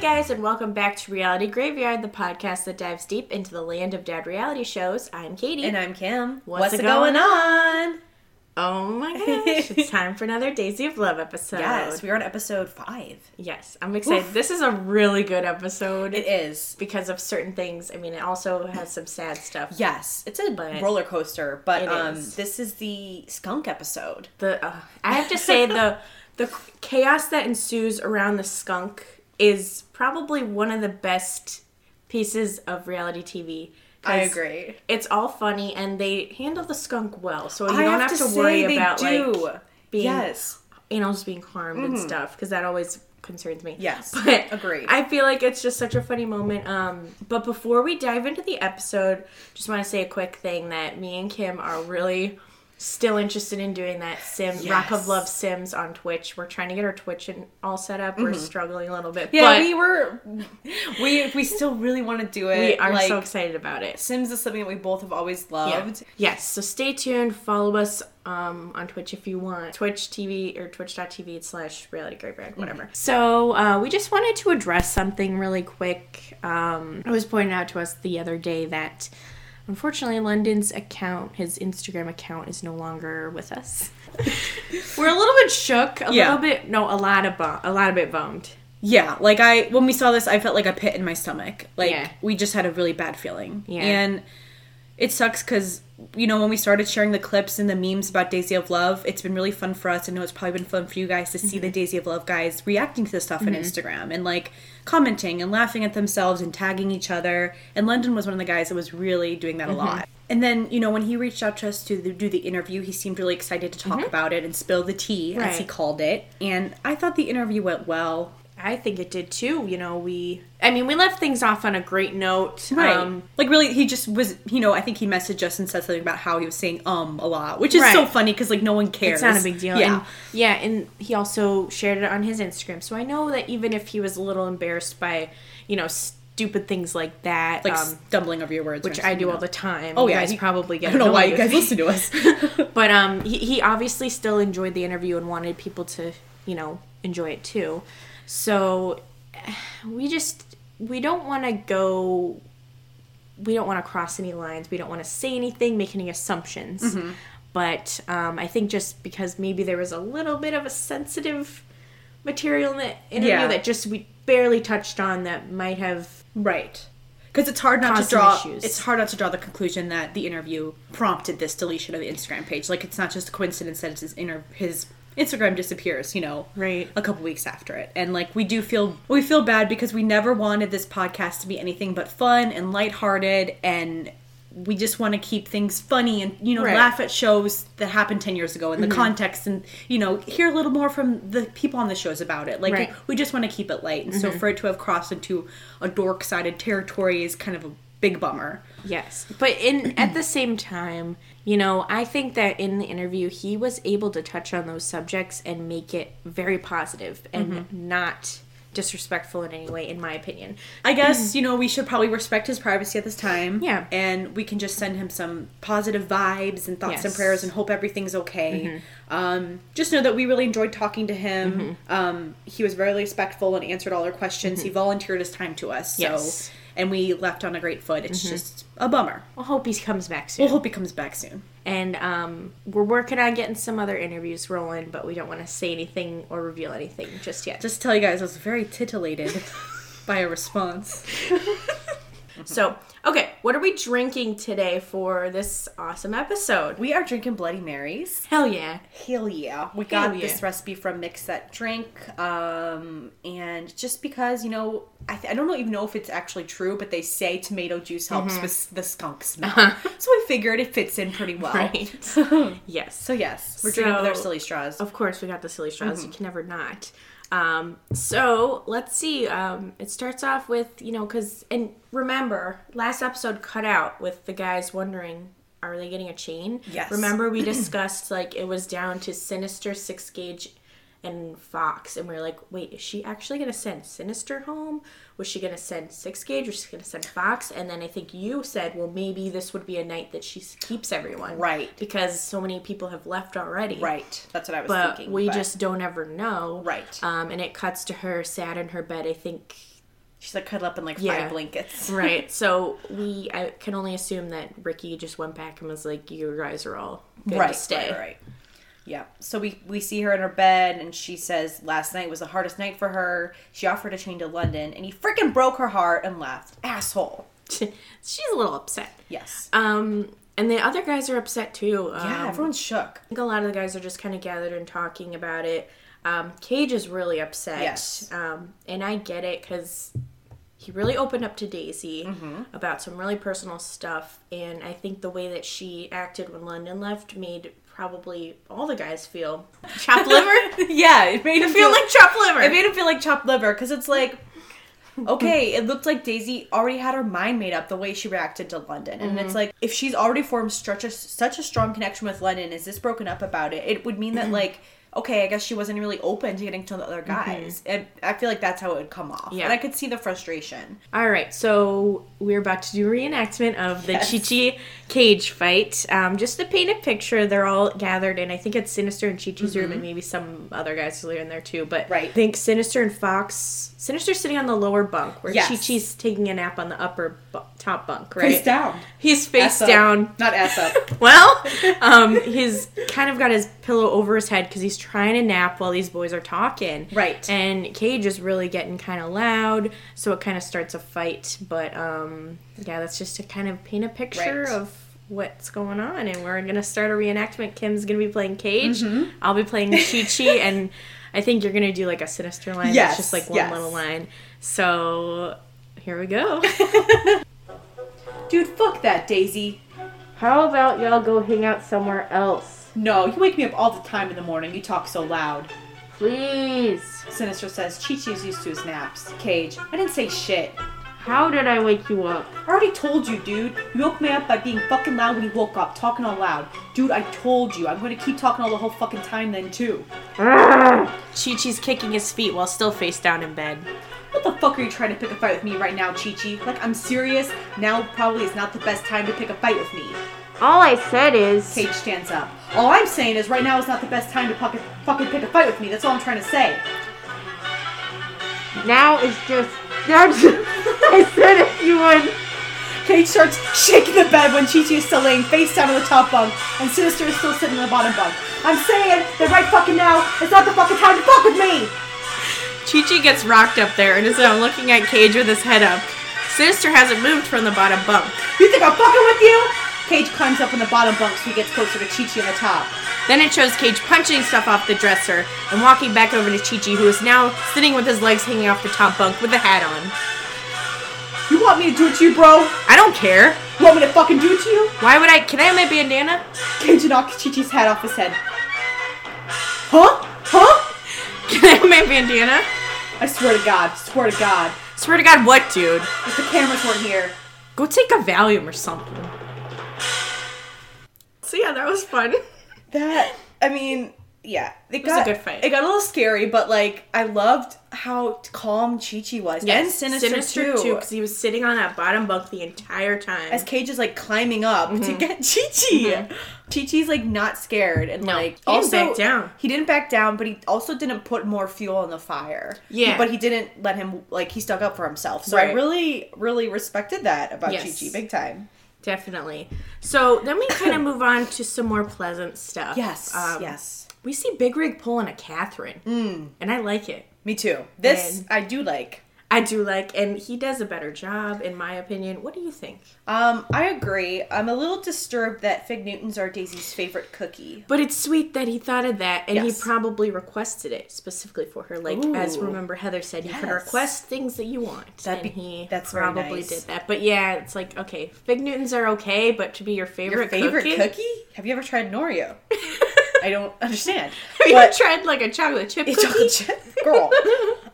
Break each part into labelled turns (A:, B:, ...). A: guys, and welcome back to Reality Graveyard, the podcast that dives deep into the land of dead reality shows. I'm Katie.
B: And I'm Kim.
A: What's
B: What's,
A: a
B: going,
A: going
B: on?
A: oh my gosh, it's time for another Daisy of Love episode.
B: Yes, we are on episode five.
A: Yes, I'm excited.
B: Oof.
A: This is a really good episode
B: It is.
A: because of certain things. I mean, it also has some sad stuff.
B: Yes, it's a
A: But-
B: roller coaster, but
A: It
B: um,
A: is.
B: this is the skunk episode.
A: The uh, I have to say the the chaos that ensues around the skunk is probably one of the best pieces of reality TV. 'Cause
B: agree.
A: It's all funny, and they handle the skunk well, so you
B: I
A: don't
B: have
A: have to,
B: to, say
A: worry
B: they
A: about
B: do.
A: like being
B: yes,
A: animals being harmed and stuff because that always concerns me.
B: Yes.
A: but
B: Agree.
A: I feel like it's just such a funny moment. Um, but before we dive into the episode, just want to say a quick thing that me and Kim are really still interested in doing that sim rock of
B: Yes.
A: love sims on twitch we're trying to get our twitch and all set up we're struggling a little bit
B: Mm-hmm. yeah,
A: but
B: we were. We we still really want to do it.
A: we are
B: like,
A: so excited about it
B: Sims is something that we both have always
A: Yeah.
B: loved.
A: Yes, so stay tuned. Follow us um, on Twitch if you want. Twitch TV or twitch.tv slash reality graveyard, whatever.
B: Mm-hmm.
A: So uh, we just wanted to address something really quick. Um, it was pointed out to us the other day that unfortunately London's account, his Instagram account, is no longer with us. We're a little bit shook, a
B: Yeah.
A: little bit, no, a lot of, bu- a lot of bit bummed.
B: Yeah, like I when we saw this, I felt like a pit in my stomach. Like
A: Yeah.
B: we just had a really bad feeling.
A: Yeah.
B: And it sucks cuz you know when we started sharing the clips and the memes about Daisy of Love, it's been really fun for us. I know it's probably been fun for you guys to see
A: Mm-hmm.
B: the Daisy of Love guys reacting to this stuff on Instagram and like commenting and laughing at themselves and tagging each other. And London was one of the guys that was really doing
A: Mm-hmm.
B: that a lot. And then, you know, when he reached out to us to do the interview, he seemed really excited to talk about it and spill the tea, as he
A: Mm-hmm. Right.
B: called it. And I thought the interview went well.
A: I think it did too. You know, we, I mean, we left things off on a great note.
B: Right.
A: Um,
B: like really, he just was. You know, I think he messaged us and said something about how he was saying um a lot, which is so
A: Right.
B: funny because like no one cares.
A: It's not a big deal.
B: Yeah.
A: And, yeah, and he also shared it on his Instagram. So I know that even if he was a little embarrassed by, you know, stupid things like that,
B: like
A: um,
B: stumbling over your words,
A: which I do all the time.
B: Oh
A: you
B: yeah,
A: guys
B: he-
A: probably get.
B: I don't know why you
A: annoyed with
B: guys
A: me.
B: listen to us.
A: But um, he, he obviously still enjoyed the interview and wanted people to, you know, enjoy it too. So we just we don't want to go. We don't want to cross any lines. We don't want to say anything, make any assumptions. But um, I think just because maybe there was a little bit of a sensitive material in the interview
B: Yeah.
A: that just we barely touched on that might have
B: right. Because it's hard not to
A: Caused some
B: draw.
A: issues.
B: It's hard not to draw the conclusion that the interview prompted this deletion of the Instagram page. Like it's not just a coincidence that it's his inter- his Instagram disappears. You know,
A: right
B: a couple weeks after it. And like we do feel we feel bad because we never wanted this podcast to be anything but fun and lighthearted and we just want to keep things funny and you know
A: Right. Mm-hmm.
B: laugh at shows that happened 10 years ago in the context and you know hear a little more from the people on the shows about it like
A: Right. Mm-hmm.
B: we just want to keep it light and so for it to have crossed into a dork sided territory is kind of a big bummer
A: Yes. But in at the same time, you know, I think that in the interview he was able to touch on those subjects and make it very positive and not disrespectful in any way in my opinion.
B: I guess, you know, we should probably respect his privacy at this time.
A: Mm-hmm. Yeah.
B: And we can just send him some positive vibes and thoughts and
A: Yes. Mm-hmm.
B: prayers and hope everything's okay. Um, just know that we really enjoyed talking to him. Um, he was very respectful and answered all our questions. He volunteered his time to us.
A: Mm-hmm. Yes. Mm-hmm.
B: So, and we left on a great foot. It's just a bummer.
A: I hope he comes back soon.
B: We'll hope he comes back soon.
A: And um, we're working on getting some other interviews rolling, but we don't want to say anything or reveal anything just yet.
B: Just to tell you guys, I was very titillated by a response.
A: so, okay, what are we drinking today for this awesome episode?
B: We are drinking Bloody Marys.
A: Hell yeah.
B: Hell yeah. We
A: Hell
B: got
A: yeah.
B: this recipe from Mix That Drink. Um, and just because, you know, I, th- I don't know- even know if it's actually true, but they say tomato juice helps
A: Mm-hmm.
B: with the skunk smell. So we figured it fits in pretty well.
A: Right. yes.
B: So, yes, we're drinking with our
A: So-
B: silly straws.
A: Of course, we got the silly straws.
B: Mm-hmm.
A: You can never not. Um, so let's see. Um, it starts off with you know because and remember last episode cut out with the guys wondering are they getting a chain?
B: Yes.
A: Remember we discussed like it was down to Sinister, Six Gauge, and Fox, and we are like, wait, is she actually gonna send Sinister home? Was she gonna send Six Gauge? Was she gonna send Fox? And then I think you said, well, maybe this would be a night that she keeps everyone,
B: Right.
A: Because so many people have left already,
B: Right. That's what I was
A: but
B: thinking.
A: we just don't ever know.
B: Right.
A: Um, and it cuts to her sad in her bed. I think
B: She's like cuddled up in like
A: Yeah.
B: five blankets.
A: right. So we I can only assume that Ricky just went back and was like, "You guys are all good
B: right,
A: to stay."
B: Right, right. Yeah. So we we see her in her bed, and she says last night was the hardest night for her. She offered a chain to London, and he freaking broke her heart and left. Asshole.
A: She's a little upset.
B: Yes.
A: Um, and the other guys are upset too. Um,
B: yeah. Everyone's shook.
A: I think a lot of the guys are just kind of gathered and talking about it. Um, Cage is really upset.
B: Yes.
A: Um, and I get it because he really opened up to Daisy about some really personal stuff. And I think the way that she acted when London left made probably all the guys feel chopped liver.
B: yeah. It made him
A: feel like chopped liver.
B: It made him feel like chopped liver because it's like, okay, it looked like Daisy already had her mind made up the way she reacted to London, and
A: Mm-hmm.
B: it's like if she's already formed such a such a strong connection with London, is this broken up about it? It would mean
A: Mm-hmm.
B: that like. Okay, I guess she wasn't really open to getting to know the other guys. And I feel like that's how it would come off.
A: Yeah.
B: And I could see the frustration.
A: All right, so we're about to do a reenactment of the
B: Yes.
A: Chi-Chi cage fight. Um, just to paint a picture, they're all gathered, and I think it's Sinister and Chi-Chi's room, and maybe some other guys who are in there too. But
B: Mm-hmm. Right.
A: I think Sinister and Fox, Sinister's sitting on the lower bunk, where
B: Yes.
A: Chi-Chi's taking a nap on the upper bu- top bunk, right?
B: down.
A: He's face
B: Ass up.
A: down.
B: Not ass up.
A: Well, um, he's kind of got his pillow over his head because he's trying to nap while these boys are talking.
B: Right.
A: And Cage is really getting kind of loud, so it kind of starts a fight. But um, yeah, that's just to kind of paint a picture
B: Right.
A: of what's going on. And we're going to start a reenactment. Kim's going to be playing Cage.
B: Mm-hmm.
A: I'll be playing Chi Chi. and I think you're going to do like a sinister line.
B: Yes,
A: It's just like one
B: yes.
A: little line. So here we go.
B: Dude, fuck that, Daisy.
A: How about y'all go hang out somewhere else?
B: No, you wake me up all the time in the morning. You talk so loud.
A: Please.
B: Sinister says Chi Chi is used to his naps. Cage, I didn't say shit.
A: How did I wake you up?
B: I already told you, dude. You woke me up by being fucking loud when you woke up, talking all loud. Dude, I told you. I'm gonna keep talking all the whole fucking time then, too.
A: Chi Chi's kicking his feet while still face down in bed.
B: What the fuck are you trying to pick a fight with me right now, Chi Chi? Like, I'm serious. Now probably is not the best time to pick a fight with me.
A: All I said is.
B: Cage stands up. All I'm saying is right now is not the best time to fucking, fucking pick a fight with me. That's all I'm trying to say.
A: Now is just. Now I said if you would.
B: Cage starts shaking the bed when Chi Chi is still laying face down on the top bunk and Sinister is still sitting on the bottom bunk. I'm saying that right fucking now is not the fucking time to fuck with me!
A: Chi Chi gets rocked up there and is now looking at Cage with his head up. Sinister hasn't moved from the bottom bunk.
B: You think I'm fucking with you? Cage climbs up on the bottom bunk so he gets closer to Chi Chi on the top.
A: Then it shows Cage punching stuff off the dresser and walking back over to Chi Chi, who is now sitting with his legs hanging off the top bunk with a hat on.
B: You want me to do it to you, bro?
A: I don't care.
B: You want me to fucking do it to you?
A: Why would I? Can I have my bandana?
B: Cage knocks Chi Chi's hat off his head. Huh? Huh?
A: Can I have my bandana?
B: I swear to God, swear to God.
A: Swear to God, what, dude?
B: If the cameras weren't here,
A: Go take a Valium or something. So yeah, that was fun.
B: That I mean, yeah,
A: was
B: it,
A: a
B: got
A: good fight.
B: It got a little scary, but like I loved how calm Chi Chi was, and Sinister, too.
A: because he was sitting on that bottom bunk the entire time.
B: As Cage is like climbing up to
A: Mm-hmm.
B: get Chi Chi, Chi Chi's like not scared and
A: No,
B: like
A: he didn't back down.
B: He didn't back down, but he also didn't put more fuel on the fire.
A: Yeah.
B: but he didn't let him like he stuck up for himself. So I
A: Right.
B: really, really respected that about Chi
A: Yes.
B: Chi big time.
A: Definitely. So then we kind of move on to some more pleasant stuff.
B: Yes,
A: Um,
B: yes, Mm.
A: We see Big Rig pulling a Catherine, and I like it.
B: me too. This I do like.
A: I do like, and he does a better job, in my opinion. What do you think?
B: Um, I agree. I'm a little disturbed that Fig Newtons are Daisy's favorite cookie.
A: But it's sweet that he thought of that, and
B: Yes.
A: he probably requested it specifically for her. Like as
B: Ooh.
A: remember Heather said, you can
B: Yes.
A: request things that you want,
B: That'd
A: and
B: be-
A: he
B: that's very
A: probably
B: nice.
A: did that. But yeah, it's like okay, fig Newtons are okay, but to be your favorite,
B: Your favorite
A: cookie.
B: cookie? Have you ever tried an Oreo? I don't understand.
A: Have you
B: But-
A: tried like a chocolate chip
B: It's
A: cookie?
B: chocolate chip, girl.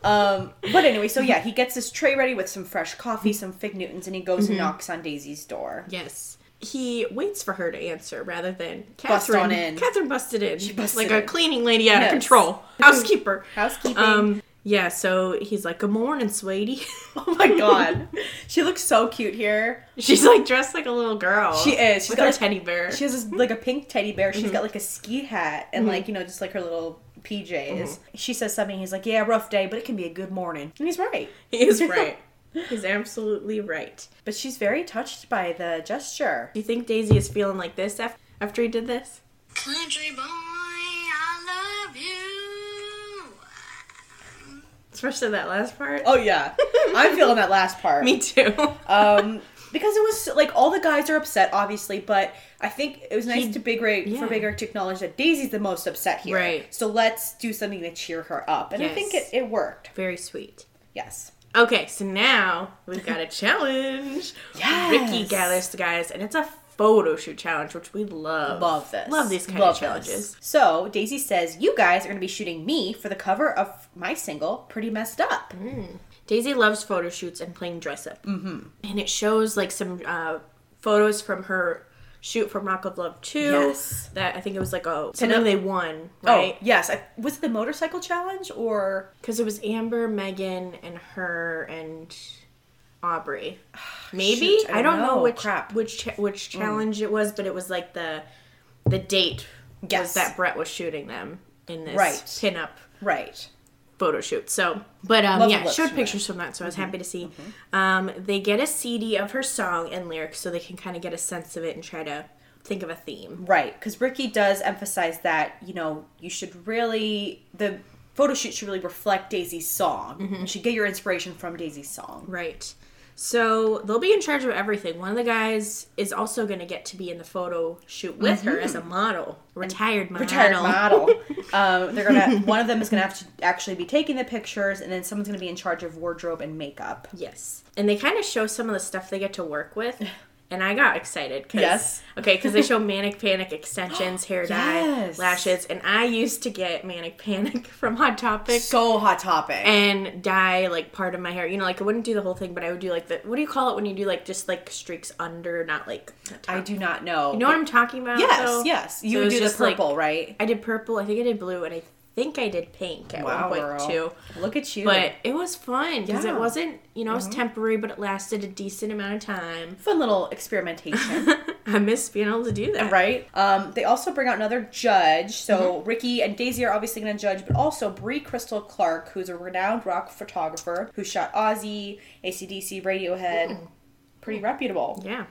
B: um, but anyway, so yeah, he gets his tray ready with some fresh coffee, some Fig Newtons, and he goes and knocks on Daisy's door.
A: Yes. He waits for her to answer rather than
B: Bust on
A: Catherine.
B: in.
A: Catherine busted in. She
B: busted
A: like
B: in.
A: a cleaning lady out
B: Yes.
A: of control. Housekeeper.
B: Housekeeping.
A: Um. Yeah. So he's like, "Good morning, sweetie."
B: oh my god, she looks so cute here.
A: She's like dressed like a little girl.
B: She is. She's
A: with
B: got
A: her
B: a-
A: teddy bear.
B: She has this, like a pink teddy bear. She's got like a ski hat and like you know just like her little Mm-hmm. PJs. She says something. He's like, "Yeah, rough day, but it can be a good morning." And he's right.
A: He is right. He's absolutely right.
B: But she's very touched by the gesture.
A: Do you think Daisy is feeling like this af- after he did this?
C: Country boy, I love you.
A: Especially that last part.
B: Oh yeah, I'm feeling that last part.
A: Me too.
B: um, because it was like all the guys are upset, obviously, but I think it was nice
A: He-
B: to Big Ray
A: yeah.
B: for Big Ray to acknowledge that Daisy's the most upset here.
A: Right.
B: So let's do something to cheer her up, and I think it,
A: Yes.
B: it worked.
A: Very sweet.
B: Yes.
A: Okay, so now we've got a challenge.
B: Yes.
A: Ricky gathers the guys, and it's a photo shoot challenge, which we love.
B: Love this.
A: Love these kind
B: Love
A: of
B: this.
A: challenges.
B: So Daisy says, "You guys are going to be shooting me for the cover of my single, Pretty Messed Up."
A: Daisy loves photo shoots and playing dress up. Mm-hmm. And it shows like some uh, photos from her shoot from Rock of Love 2.
B: Yes.
A: That I think it was like a
B: Pin
A: something
B: up.
A: they won,
B: Oh
A: right?
B: yes, I, was it the motorcycle challenge or
A: Because it was Amber, Megan, and her and Aubrey. Maybe
B: Shoot,
A: I, don't know, which
B: Crap. Mm.
A: which cha- which challenge it was, but it was like the the date was
B: Yes.
A: that Brett was shooting them in this
B: Right.
A: pinup
B: right?
A: photo shoot. So, but um,
B: Love the
A: yeah, it
B: looks
A: showed
B: from
A: pictures from that, so I
B: Mm-hmm.
A: was happy to see. Um, they get a CD of her song and lyrics, so they can kind of get a sense of it and try to think of a theme.
B: Right, because Ricky does emphasize that you know you should really the photo shoot should really reflect Daisy's song.
A: Mm-hmm.
B: You should get your inspiration from Daisy's song.
A: Right. So they'll be in charge of everything. One of the guys is also going to get to be in the photo shoot with her as a model, retired model.
B: Mm-hmm. Retired model. um, they're gonna one of them is gonna have to actually be taking the pictures, and then someone's gonna be in charge of wardrobe and makeup.
A: Yes. And they kind of show some of the stuff they get to work with. And I got excited because
B: Yes.
A: okay, because they show manic panic extensions, hair
B: Yes.
A: dye, lashes, and I used to get manic panic from Hot Topic
B: So hot topic.
A: and dye like part of my hair. You know, like I wouldn't do the whole thing, but I would do like the what do you call it when you do like just like streaks under, not like the top.
B: I do not know.
A: You know what I'm talking about?
B: yes,
A: though?
B: yes.
A: So
B: You
A: it
B: would
A: was
B: do the
A: just, like-
B: purple, right?
A: I did purple. I think I did blue, and I think I did pink at one point
B: girl.
A: too.
B: Look at you.
A: But it was fun because
B: Yeah. Mm-hmm.
A: it wasn't, you know, it was temporary, but it lasted a decent amount of time.
B: fun little experimentation.
A: I miss being able to do that.
B: right? Um, they also bring out another judge. So Ricky and Daisy are obviously going to judge, but also Brie Crystal Clark, who's a renowned rock photographer who shot Ozzy, ACDC, Radiohead. Pretty reputable.
A: Yeah,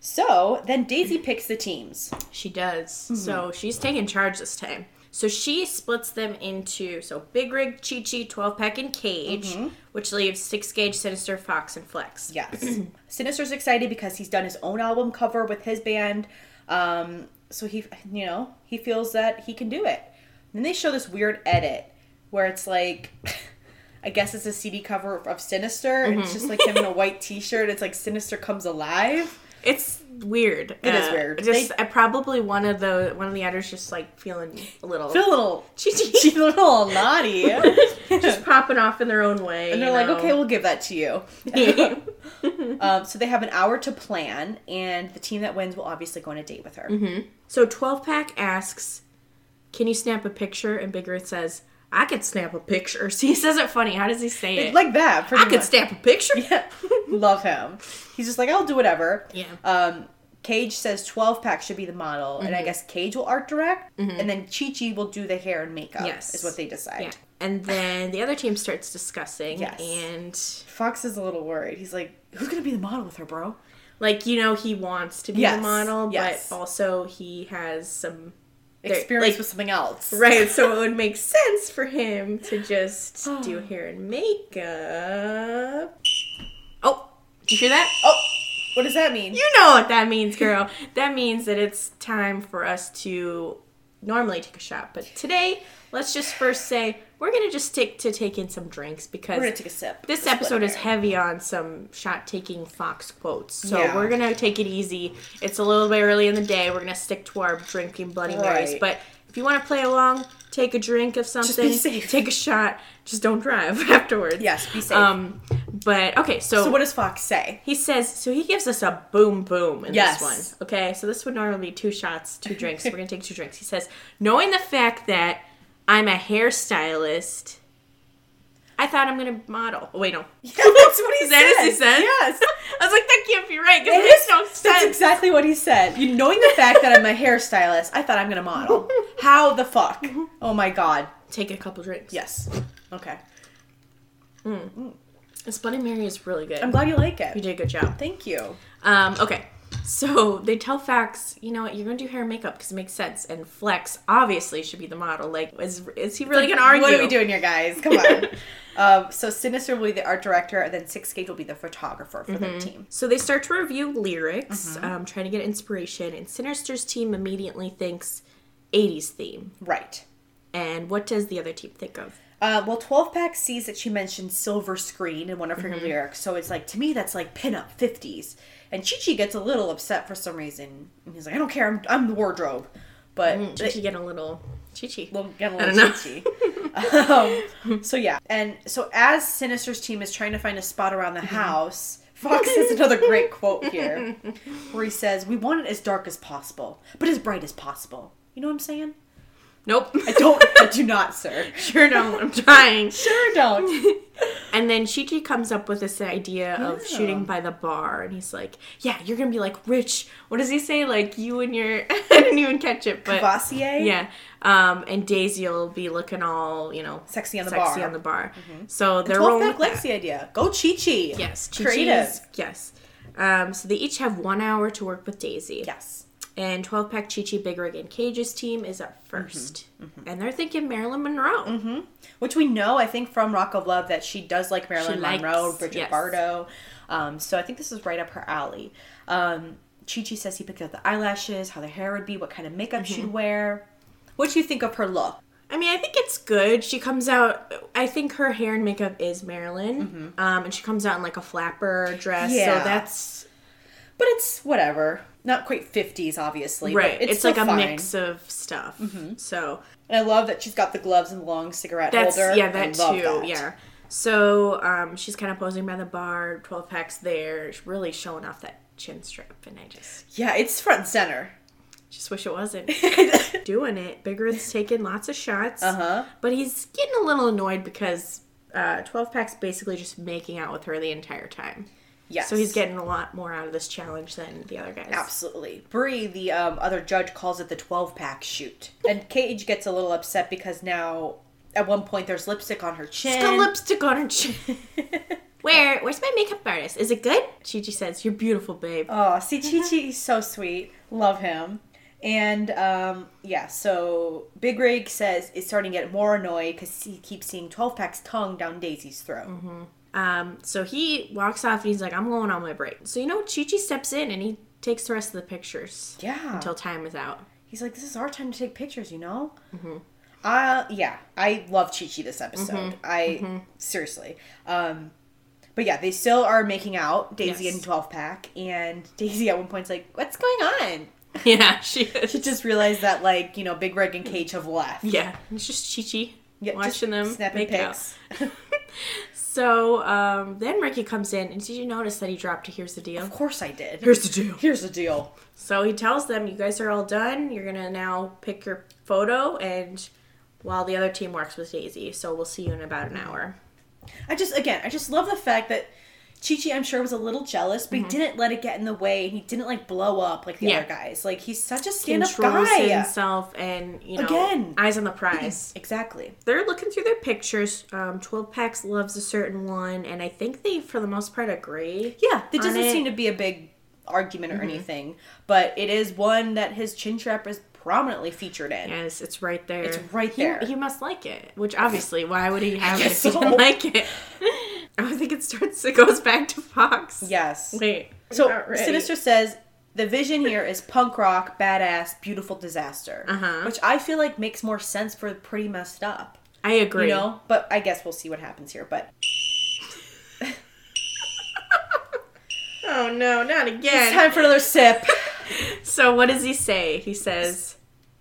B: So then Daisy picks the teams.
A: she does.
B: Mm-hmm.
A: So she's taking charge this time. So she splits them into so big rig, Chi Chi, twelve pack, and cage,
B: Mm-hmm.
A: which leaves six gauge, sinister, fox, and flex.
B: Yes. Sinister's excited because he's done his own album cover with his band. Um, so he, you know, he feels that he can do it. Then they show this weird edit where it's like, I guess it's a CD cover of Sinister. and
A: Mm-hmm.
B: It's just like him in a white T-shirt. It's like Sinister comes alive.
A: It's weird. It
B: It
A: is
B: is weird.
A: Just
B: They-
A: I probably one of the one of the editors just like feeling a little
B: Feel a little,
A: Chi
B: she's a little naughty.
A: Chi just popping off in their own way.
B: And
A: you
B: they're like,
A: know? Mm-hmm.
B: okay, we'll give that to you. um, so they have an hour to plan, and the team that wins will obviously go on a date with her.
A: Mm-hmm. So 12 Pack asks, Can you snap a picture? And Big Earth says, I could snap a picture. See, he says it funny. How does he say it?
B: Like that, pretty
A: I could
B: much.
A: snap a picture?
B: Yeah. Love him. He's just like, I'll do whatever.
A: Yeah.
B: Um, Cage says 12 pack should be the model, and
A: Mm-hmm.
B: I guess Cage will art direct, and then Chi Chi will do the hair and makeup,
A: Yes.
B: is what they decide.
A: Yeah. And then the other team starts discussing.
B: Yes.
A: And,
B: Fox is a little worried. He's like, Who's gonna be the model with her, bro?
A: like, you know, he wants to be a
B: Yes,
A: model,
B: yes.
A: but also he has some. They're-
B: Experience
A: like-
B: with something else.
A: Right, so it would make sense for him to just do hair and makeup. Oh, you hear that?
B: Oh, what does that mean?
A: You know what that means, girl. that means that it's time for us to normally take a shot, but today, let's just first say we're gonna just stick to taking some drinks because
B: We're gonna take a sip.
A: this
B: Split
A: episode is
B: hair.
A: heavy on some shot taking Fox quotes, so
B: Yeah.
A: we're gonna take it easy. It's a little bit early in the day. We're gonna stick to our drinking Bloody Marys,
B: Right.
A: but if you want to play along, take a drink of something,
B: safe.
A: take a shot. Just don't drive afterwards.
B: Yes, be safe.
A: Um, but okay,
B: so what does Fox say?
A: he says, so he gives us a boom boom in
B: Yes.
A: this one. Okay, so this would normally be two shots, two drinks. We're gonna take two drinks. He says, knowing the fact that I'm a hairstylist, I thought I'm gonna model. Oh, wait, no.
B: Yeah, that's what he
A: Is that as he said?
B: Yes.
A: I was like, that can't be right because
B: It
A: there's
B: is-
A: no
B: That's
A: sense.
B: exactly what he said. You knowing the fact that I'm a hairstylist, I thought I'm gonna model. How the fuck?
A: Mm-hmm.
B: Oh my god.
A: Take a couple drinks.
B: Yes. Okay.
A: This Bloody Mary is really good.
B: I'm glad you like it.
A: you did a good job.
B: Thank you.
A: Um, okay. So they tell Fax, you know what, you're gonna do hair and makeup because it makes sense. And Flex obviously should be the model. Like, is is he really gonna argue?
B: What are we doing here, guys? Come on. um, so Sinister will be the art director, and then Six Gauge will be the photographer for
A: Mm-hmm.
B: their team.
A: So they start to review lyrics,
B: Mm-hmm.
A: um, trying to get inspiration. And Sinister's team immediately thinks 80s theme.
B: Right.
A: And what does the other team think of?
B: Uh, well, 12 Pack sees that she mentioned silver screen in one of her
A: Mm-hmm.
B: lyrics, so it's like, to me, that's like pinup 50s. And Chi Chi gets a little upset for some reason. And he's like, I don't care, I'm, I'm the wardrobe. But
A: Chi Chi get a little chi chi.
B: We'll get a
A: I don't
B: little
A: know.
B: itchy. um, so yeah, and so as Sinister's team is trying to find a spot around the
A: Mm-hmm.
B: house, Fox has another great quote here, where he says, "We want it as dark as possible, but as bright as possible." You know what I'm saying?
A: Nope.
B: I don't. I do not, sir.
A: sure don't. I'm trying.
B: Sure don't.
A: And then Shiji comes up with this idea of
B: Yeah.
A: shooting by the bar, and he's like, "Yeah, you're gonna be like rich." What does he say? Like you and your I didn't even catch it, but
B: Bossier.
A: yeah. Um, and Daisy will be looking all you know
B: Sexy on the
A: sexy
B: bar. Mm-hmm.
A: on the bar. So they're
B: Twelve
A: rolling
B: pack
A: with
B: likes
A: that.
B: the idea. Go Chi Chi.
A: Yes,
B: Creative.
A: Chi-Chi's, yes. Um, so they each have one hour to work with Daisy.
B: Yes.
A: And 12 pack Chi Chi Big Rig and Cage's team is
B: Mm-hmm.
A: up 1st And they're thinking Marilyn Monroe.
B: which we know I think from Rock of Love that she does like Marilyn
A: She likes-
B: Monroe, Bridget
A: yes.
B: Bardo. Um, so I think this is right up her alley. Um, Chi Chi says he picked out the eyelashes, how the hair would be, what kind of makeup
A: Mm-hmm.
B: she'd wear. What do you think of her look?
A: I mean, I think it's good. She comes out. I think her hair and makeup is Marilyn, um, and she comes out in like a flapper dress.
B: Mm-hmm. Yeah.
A: So that's
B: But it's whatever. Not quite fifties, obviously.
A: right.
B: But it's,
A: It's, like
B: still
A: a
B: fine. Mm-hmm.
A: mix of stuff. So
B: And I love that she's got the gloves and the long cigarette
A: that's
B: holder.
A: yeah,
B: I
A: that
B: love
A: too.
B: that.
A: Yeah. So um, she's kind of posing by the bar. Twelve packs there, she's really showing off that chin strap, and I just
B: yeah, it's front and center.
A: just wish it wasn't doing it. Big Red's taking lots of shots,
B: Uh-huh.
A: but he's getting a little annoyed because uh, Twelve packs basically just making out with her the entire time.
B: Yes.
A: So he's getting a lot more out of this challenge than the other guys.
B: Absolutely. Bree, the um, other judge, calls it the 12 pack shoot. And Cage gets a little upset because now, at one point, there's lipstick on her chin.
A: She's got lipstick on her chin. Where? Where's my makeup artist? Is it good? Chi Chi says, "You're beautiful, babe."
B: Oh, see, Chi Chi is so sweet. Love him. And um, yeah, so Big Rig says is starting to get more annoyed because he keeps seeing 12 pack's tongue down Daisy's throat.
A: Um, so he walks off and he's like, "I'm going on my break." So you know, Chi Chi steps in and he takes the rest of the pictures
B: Yeah.
A: until time is out.
B: He's like, this is our time to take pictures, you know?
A: Mm-hmm.
B: Uh, yeah, I love Chi Chi this episode.
A: Mm-hmm.
B: I, seriously. Um, but yeah, they still are making out, Daisy
A: Yes.
B: and 12 Pack, and Daisy at one point's like, what's going on?
A: yeah, she
B: She
A: is.
B: just realized that, like, you know, Big Rig and Cage have left.
A: Yeah, it's just Chi Chi
B: Yeah, just
A: watching them
B: snapping
A: make
B: pics.
A: out. so um, then Ricky comes in and did you notice that he dropped a here's the deal?
B: Of course I did.
A: Here's the deal.
B: Here's the deal.
A: So he tells them, "You guys are all done. You're gonna now pick your photo, and while the other team works with Daisy, so we'll see you in about an hour."
B: I just again, I just love the fact that Chi Chi, I'm sure, was a little jealous, but he didn't let it get in the way, and he didn't like blow up like the
A: Mm-hmm. Yeah.
B: other guys. Like he's such a stand-up
A: Controls
B: guy.
A: himself, and you know,
B: Again.
A: eyes on the prize.
B: Exactly.
A: They're looking through their pictures. Um, Twelve Packs loves a certain one, and I think they, for the most part, agree.
B: Yeah, there
A: on
B: doesn't
A: it. Mm-hmm.
B: seem to be a big argument or anything, but it is one that his chin strap is prominently featured in.
A: Yes, it's right there.
B: It's right
A: He-
B: there.
A: He, must like it, which obviously, why would he have it if
B: guess
A: he
B: so.
A: didn't like it? I think it starts. It goes back to Fox.
B: Yes.
A: Wait.
B: so
A: not ready.
B: Sinister says the vision here is punk rock, badass, beautiful disaster,
A: Uh-huh.
B: which I feel like makes more sense for pretty messed up.
A: I agree.
B: You know, but I guess we'll see what happens here. But
A: Oh no, not
B: it's
A: again.
B: time for another sip.
A: So what does he say? He says,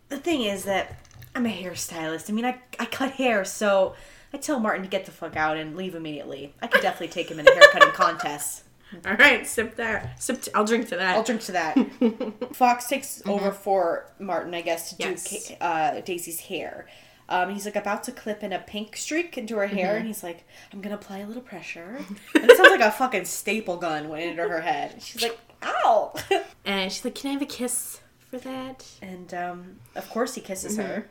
B: the thing is that I'm a hairstylist. I mean, I, I cut hair, so I tell Martin to get the fuck out and leave immediately. I could definitely take him in a haircutting contest.
A: "All right, sip that. Sip. T- I'll drink to
B: I'll
A: that."
B: drink to that. Fox takes over for Martin, I guess, to
A: Yes.
B: do Ca- uh, Daisy's hair. Um, he's like about to clip in a pink streak into her hair, and he's like, "I'm gonna apply a little pressure." and it sounds like a fucking staple gun went into her head. And She's like, "Ow!"
A: and she's like, "Can I have a kiss for that?"
B: and um, of course, he kisses her.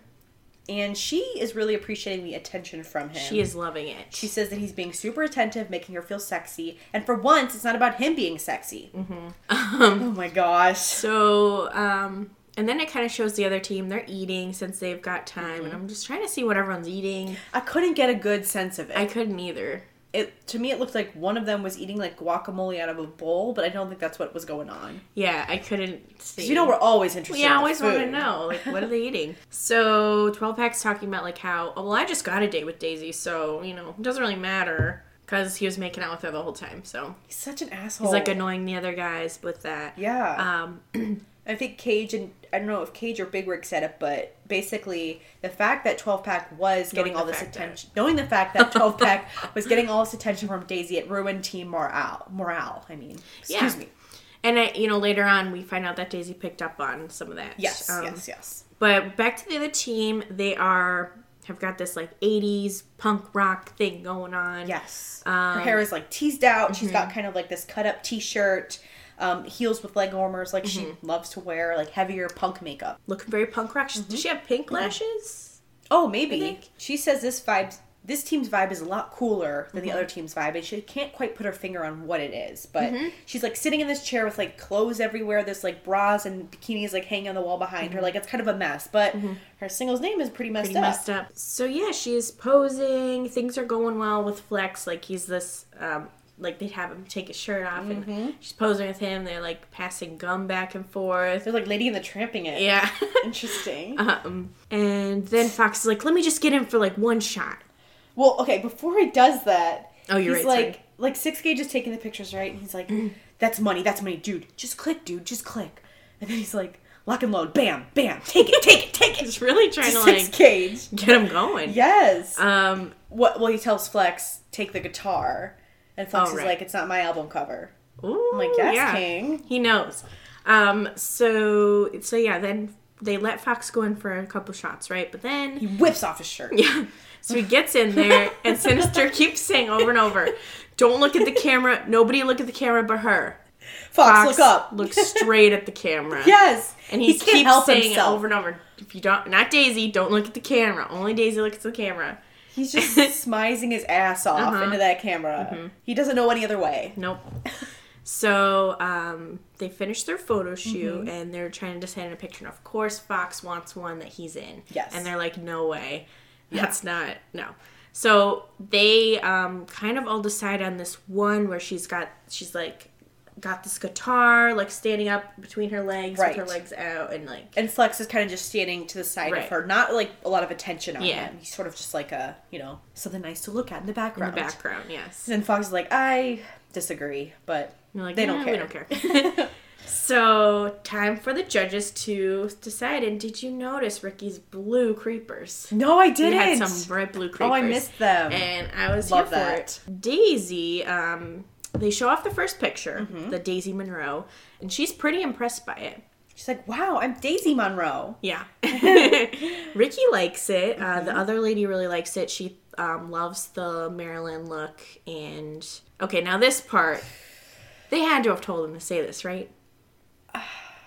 B: and she is really appreciating the attention from him.
A: She is loving it.
B: She says that he's being super attentive, making her feel sexy, and for once, it's not about him being sexy.
A: Mm-hmm.
B: oh my
A: Um,
B: gosh.
A: So, um, and then it kind of shows the other team they're eating since they've got time,
B: Mm-hmm.
A: and I'm just trying to see what everyone's eating.
B: I couldn't get a good sense of it.
A: I couldn't either.
B: it. To me, it looked like one of them was eating like guacamole out of a bowl, but I don't think that's what was going on.
A: Yeah, I couldn't see.
B: 'Cause You know, we're always interested.
A: Yeah, I
B: in the
A: always want to
B: food.
A: know, like, what are they eating? So, 12 Pack's talking about, like, how, oh, well, I just got a date with Daisy, so, you know, it doesn't really matter because he was making out with her the whole time. So,
B: He's such an asshole.
A: he's, like, annoying the other guys with that.
B: Oh. yeah.
A: Um,
B: I think Cage and I don't know if Cage or Big Rig said it, but basically the fact that 12 Pack was getting
A: Knowing
B: all
A: the
B: this
A: fact that-
B: attention, knowing the fact that 12 Pack was getting all this attention from Daisy, it ruined team morale. Morale, I mean, excuse
A: Yeah.
B: me.
A: and, I, you know, later on, we find out that Daisy picked up on some of that.
B: Yes,
A: Um,
B: yes, yes.
A: But back to the other team, they are, have got this, like, 80s punk rock thing going on.
B: Yes. Her
A: Um, mhm.
B: hair is like teased out. She's got kind of like this cut up t shirt, um, heels with leg warmers. Like
A: Mhm.
B: she loves to wear like heavier punk makeup.
A: Looking very punk rock.
B: Mm-hmm.
A: Does she have pink lashes?
B: Oh, maybe.
A: think.
B: She says this vibe, this team's vibe is a lot cooler than
A: Mhm.
B: the other team's vibe, and she can't quite put her finger on what it is. But
A: Mhm.
B: she's like sitting in this chair with like clothes everywhere. There's like bras and bikinis like hanging on the wall behind her. Like it's kind of a mess. But her single's name is pretty messed
A: Mhm. pretty
B: up.
A: messed up. So yeah, she's posing. Things are going well with Flex. Like he's this, um, like they'd have him take his shirt off,
B: Mm-hmm.
A: and she's posing with him. They're like passing gum back and forth.
B: They're like Lady in the Tramping it.
A: Yeah.
B: Interesting.
A: um, and then Fox is like, "Let me just get him for like one shot."
B: Well, okay, before he does that,
A: Oh, you're
B: he's
A: right,
B: like
A: sorry. Mm.
B: like six gauge is taking the pictures, right? And he's like, That's money, that's money, dude. Just click, dude, just click. And then he's like, lock and load, bam, bam, take it, take it, take it.
A: He's really trying to
B: Six
A: like
B: gauge.
A: get him going.
B: Yes.
A: Um,
B: what well he tells Flex, take the guitar. And Flex
A: Oh,
B: is
A: right.
B: like, It's not my album cover.
A: ooh,
B: I'm like, Yes,
A: yeah.
B: King.
A: He knows. Um, so so yeah, then they let Fox go in for a couple shots, right? But then
B: He whips off his shirt.
A: Yeah. So he gets in there, and Sinister keeps saying over and over, "Don't look at the camera. Nobody look at the camera, but her."
B: Fox, look up.
A: Looks straight at the camera.
B: Yes.
A: And he, keeps saying it over and over. If you don't, not Daisy, don't look at the camera. Only Daisy looks at the camera.
B: He's just smizing his ass off
A: Uh-huh.
B: into that camera. He doesn't know any other way.
A: Nope. So um, they finish their photo shoot,
B: Mm-hmm.
A: and they're trying to decide on a picture. And of course, Fox wants one that he's in.
B: Yes.
A: And they're like, "No way, that's not no." So they um, kind of all decide on this one where she's got she's like got this guitar like standing up between her legs
B: Right.
A: with her legs out and like
B: and Flex is kind of just standing to the side of
A: Right.
B: her, not like a lot of attention on
A: Yeah.
B: him. He's sort of just like a, you know, something nice to look at in the
A: in the
B: background.
A: background. Yes.
B: And Fox is like, I disagree, but
A: You're like,
B: they
A: "Nah,
B: don't care.
A: we don't care. so time for the judges to decide. And did you notice Ricky's blue creepers?
B: no, I
A: We
B: didn't.
A: had some bright blue creepers.
B: oh, I missed them.
A: And I was
B: Love
A: here for
B: that.
A: it. Daisy, um, they show off the first picture,
B: Mm-hmm.
A: the Daisy Monroe, and she's pretty impressed by it.
B: She's like, wow, I'm Daisy Monroe.
A: Yeah. Ricky likes it. Uh,
B: Mm-hmm.
A: the other lady really likes it. She um, loves the Maryland look. And okay, now this part, they had to have told him to say this, right?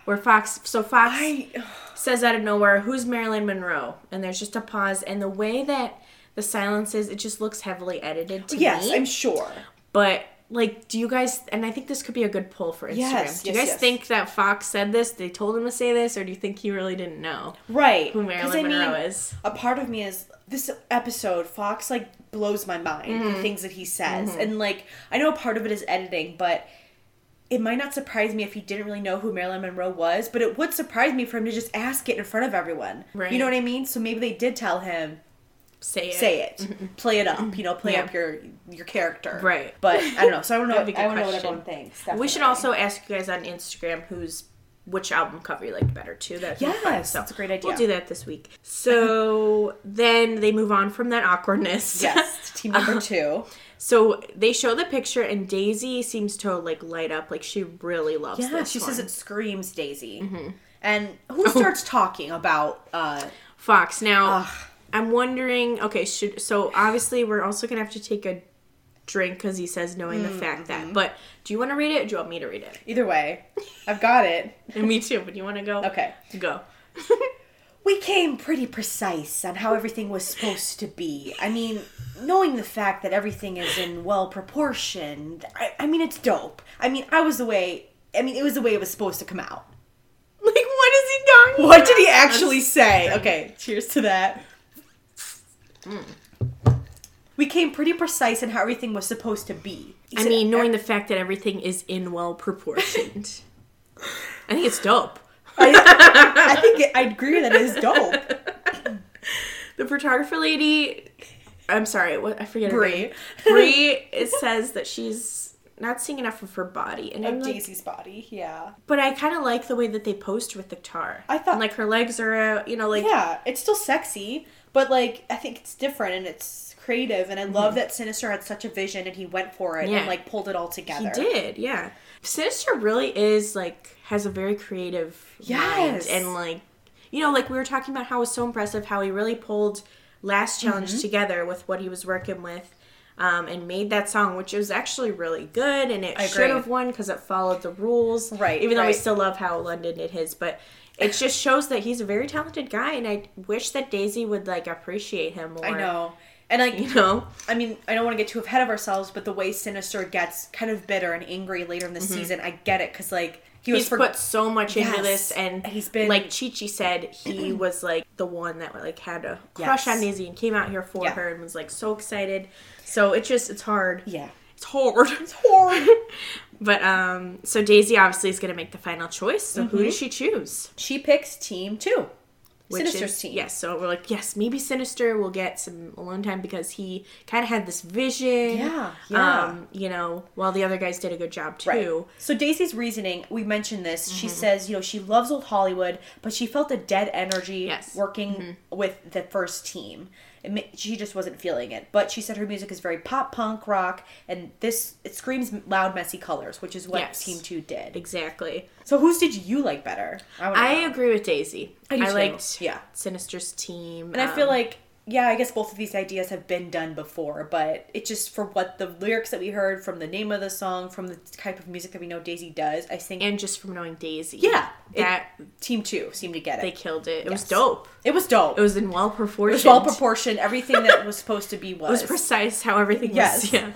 A: Where Fox, so Fox
B: I,
A: says out of nowhere, "Who's Marilyn Monroe?" And there's just a pause, and the way that the silence is, it just looks heavily edited to
B: yes,
A: me.
B: I'm sure.
A: but like, do you guys? And I think this could be a good poll for Instagram.
B: Yes,
A: do you
B: yes,
A: guys
B: yes.
A: think that Fox said this? They told him to say this, or do you think he really didn't know
B: Right.
A: who
B: 'Cause,
A: Marilyn
B: I
A: Monroe
B: mean,
A: is?
B: a part of me is this episode fox like blows my mind the things that he says and like i know a part of it is editing but it might not surprise me if he didn't really know who marilyn monroe was but it would surprise me for him to just ask it in front of everyone you
A: Right.
B: know what i mean so maybe they did tell him
A: Say it.
B: say it play it up you know play
A: Yeah.
B: up your your character
A: Right.
B: but i don't know so i don't know
A: That'd be a
B: i
A: good
B: don't know what
A: question.
B: everyone thinks
A: We should
B: definitely.
A: also ask you guys on Instagram who's which album cover you liked better too. That
B: Yes, that's a great idea.
A: We'll do that this week. So then they move on from that awkwardness.
B: yes team number two
A: So they show the picture, and Daisy seems to like light up. Like she really loves.
B: yeah
A: this
B: she
A: one. Mm-hmm. Oh.
B: says it screams daisy and who starts talking about uh
A: Fox. Now
B: Ugh.
A: I'm wondering. Okay, should so obviously we're also gonna have to take a drink because he says knowing the fact
B: Mm-hmm.
A: that. But do you want to read it? Or do you want me to read it?
B: Either way, I've got it.
A: And me too. But you want to go?
B: Okay.
A: go.
B: we came pretty precise on how everything was supposed to be. I mean, knowing the fact that everything is in well proportioned, I, I mean, it's dope. I mean, I was the way. I mean, it was the way it was supposed to come out.
A: Like, what is he talking
B: What did he actually say? Okay, cheers to that.
A: Mm.
B: We came pretty precise in how everything was supposed to be.
A: I mean, knowing
B: er
A: the fact that everything is in well proportioned. I think it's dope.
B: I think it, I agree that it is dope.
A: The photographer lady, I'm sorry, what I forget her name.
B: Brie.
A: Brie it says that she's not seeing enough of her body, and I'm like,
B: Daisy's body, yeah.
A: but I kind of like the way that they posed with the guitar.
B: I thought-
A: and like her legs are out, you know, like
B: Yeah, it's still sexy, but like I think it's different and it's creative and I love that Sinister had such a vision and he went for it
A: Mm-hmm. Yeah.
B: and like pulled it all together.
A: he did. Yeah, Sinister really is like has a very creative mind
B: Yes.
A: and like you know, like we were talking about how it was so impressive how he really pulled last challenge
B: Mm-hmm.
A: together with what he was working with. Um, and made that song, which was actually really good, and it
B: I
A: should
B: agree.
A: have won because it followed the rules.
B: Right,
A: Even though we
B: right.
A: still love how London did his, but it just shows that he's a very talented guy, and I wish that Daisy would like appreciate him more.
B: I know. And like
A: You know.
B: I mean, I don't want to get too ahead of ourselves, but the way Sinister gets kind of bitter and angry later in the
A: Mm-hmm.
B: season, I get it because like he was
A: he's
B: for
A: put so much into
B: Yes.
A: this and
B: He's been-
A: like Chichi said he was like the one that like had a crush
B: Yes.
A: on Daisy and came out here for
B: Yeah.
A: her and was like so excited so it's just it's hard
B: yeah.
A: it's hard it's hard but um so Daisy obviously is gonna make the final choice so who
B: Mm-hmm.
A: does she choose
B: She picks team two, Sinister's
A: is,
B: team.
A: yes so we're like yes maybe Sinister will get some alone time because he kind of had this vision
B: Yeah, yeah.
A: um you know while the other guys did a good job too
B: Right. So Daisy's reasoning, we mentioned this. She
A: Mm-hmm.
B: says, you know, she loves old Hollywood, but she felt a dead energy
A: Yes. Mm-hmm.
B: working with the first team. It, ma- she just wasn't feeling it. But she said her music is very pop punk rock, and this it screams loud, messy colors, which is what
A: Yes.
B: Team Two did.
A: exactly
B: So whose did you like better? wanna
A: I
B: know.
A: agree with Daisy. I,
B: I do too.
A: liked
B: Yeah.
A: Sinister's team, um,
B: and I feel like yeah, I guess both of these ideas have been done before, but it just for what the lyrics that we heard, from the name of the song, from the type of music that we know Daisy does, I think
A: and just from knowing Daisy,
B: yeah, it-
A: that
B: Team Two seemed to get it.
A: they killed it. It was
B: Yes.
A: dope.
B: It was dope.
A: It was in well proportion. It
B: well proportioned. Everything that was supposed to be was.
A: It was precise how everything was.
B: Yes.
A: Yeah.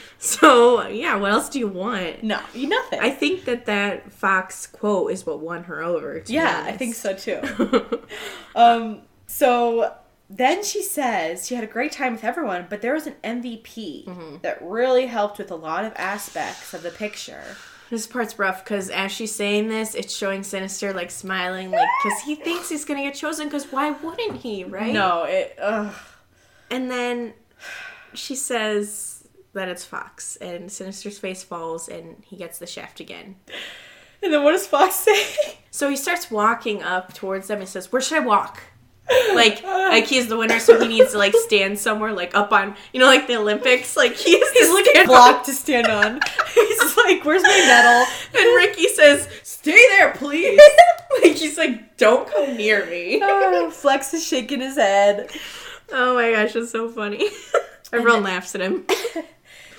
A: so yeah, what else do you want?
B: no, you- nothing.
A: I think that that Fox quote is what won her over. to be
B: yeah, I
A: honest.
B: think so too. um, so then she says she had a great time with everyone, but there was an MVP
A: Mm-hmm.
B: that really helped with a lot of aspects of the picture.
A: This part's rough because as she's saying this, it's showing Sinister like smiling, like because he thinks he's gonna get chosen. Because why wouldn't he, right?
B: No, it. Ugh.
A: And then she says that it's Fox, and Sinister's face falls, and he gets the shaft again.
B: And then what does Fox say?
A: So he starts walking up towards them and says, "Where should I walk?" Like, like he's the winner, so he needs to like stand somewhere, like up on, you know, like the Olympics. Like he is he's looking
B: Block to stand on. He's like, "Where's my medal?"
A: And Ricky says, "Stay there, please." like he's like, "Don't come near me."
B: Oh, Flex is shaking his head.
A: Oh my gosh, it's so funny. Everyone laughs at him.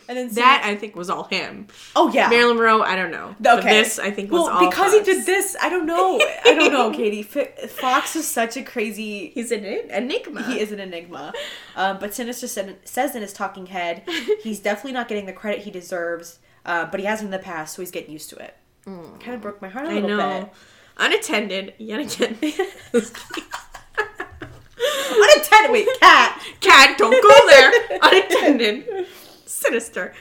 B: And then
A: That I think was all him.
B: Oh yeah.
A: Marilyn Monroe, I don't know. But
B: Okay.
A: this I think was all
B: because
A: Fox.
B: he did this, I don't know. I don't know, Katie. F- Fox is such a crazy.
A: He's an en- enigma.
B: He is an enigma. Um, but Sinister said, says in his talking head, he's definitely not getting the credit he deserves, uh, but he has in the past, so he's getting used to it. Kind of broke my heart a
A: Mm. I
B: little
A: know. Unattended yet again.
B: bit. Unattended. Wait, cat.
A: Cat, don't go there. Unattended. Sinister.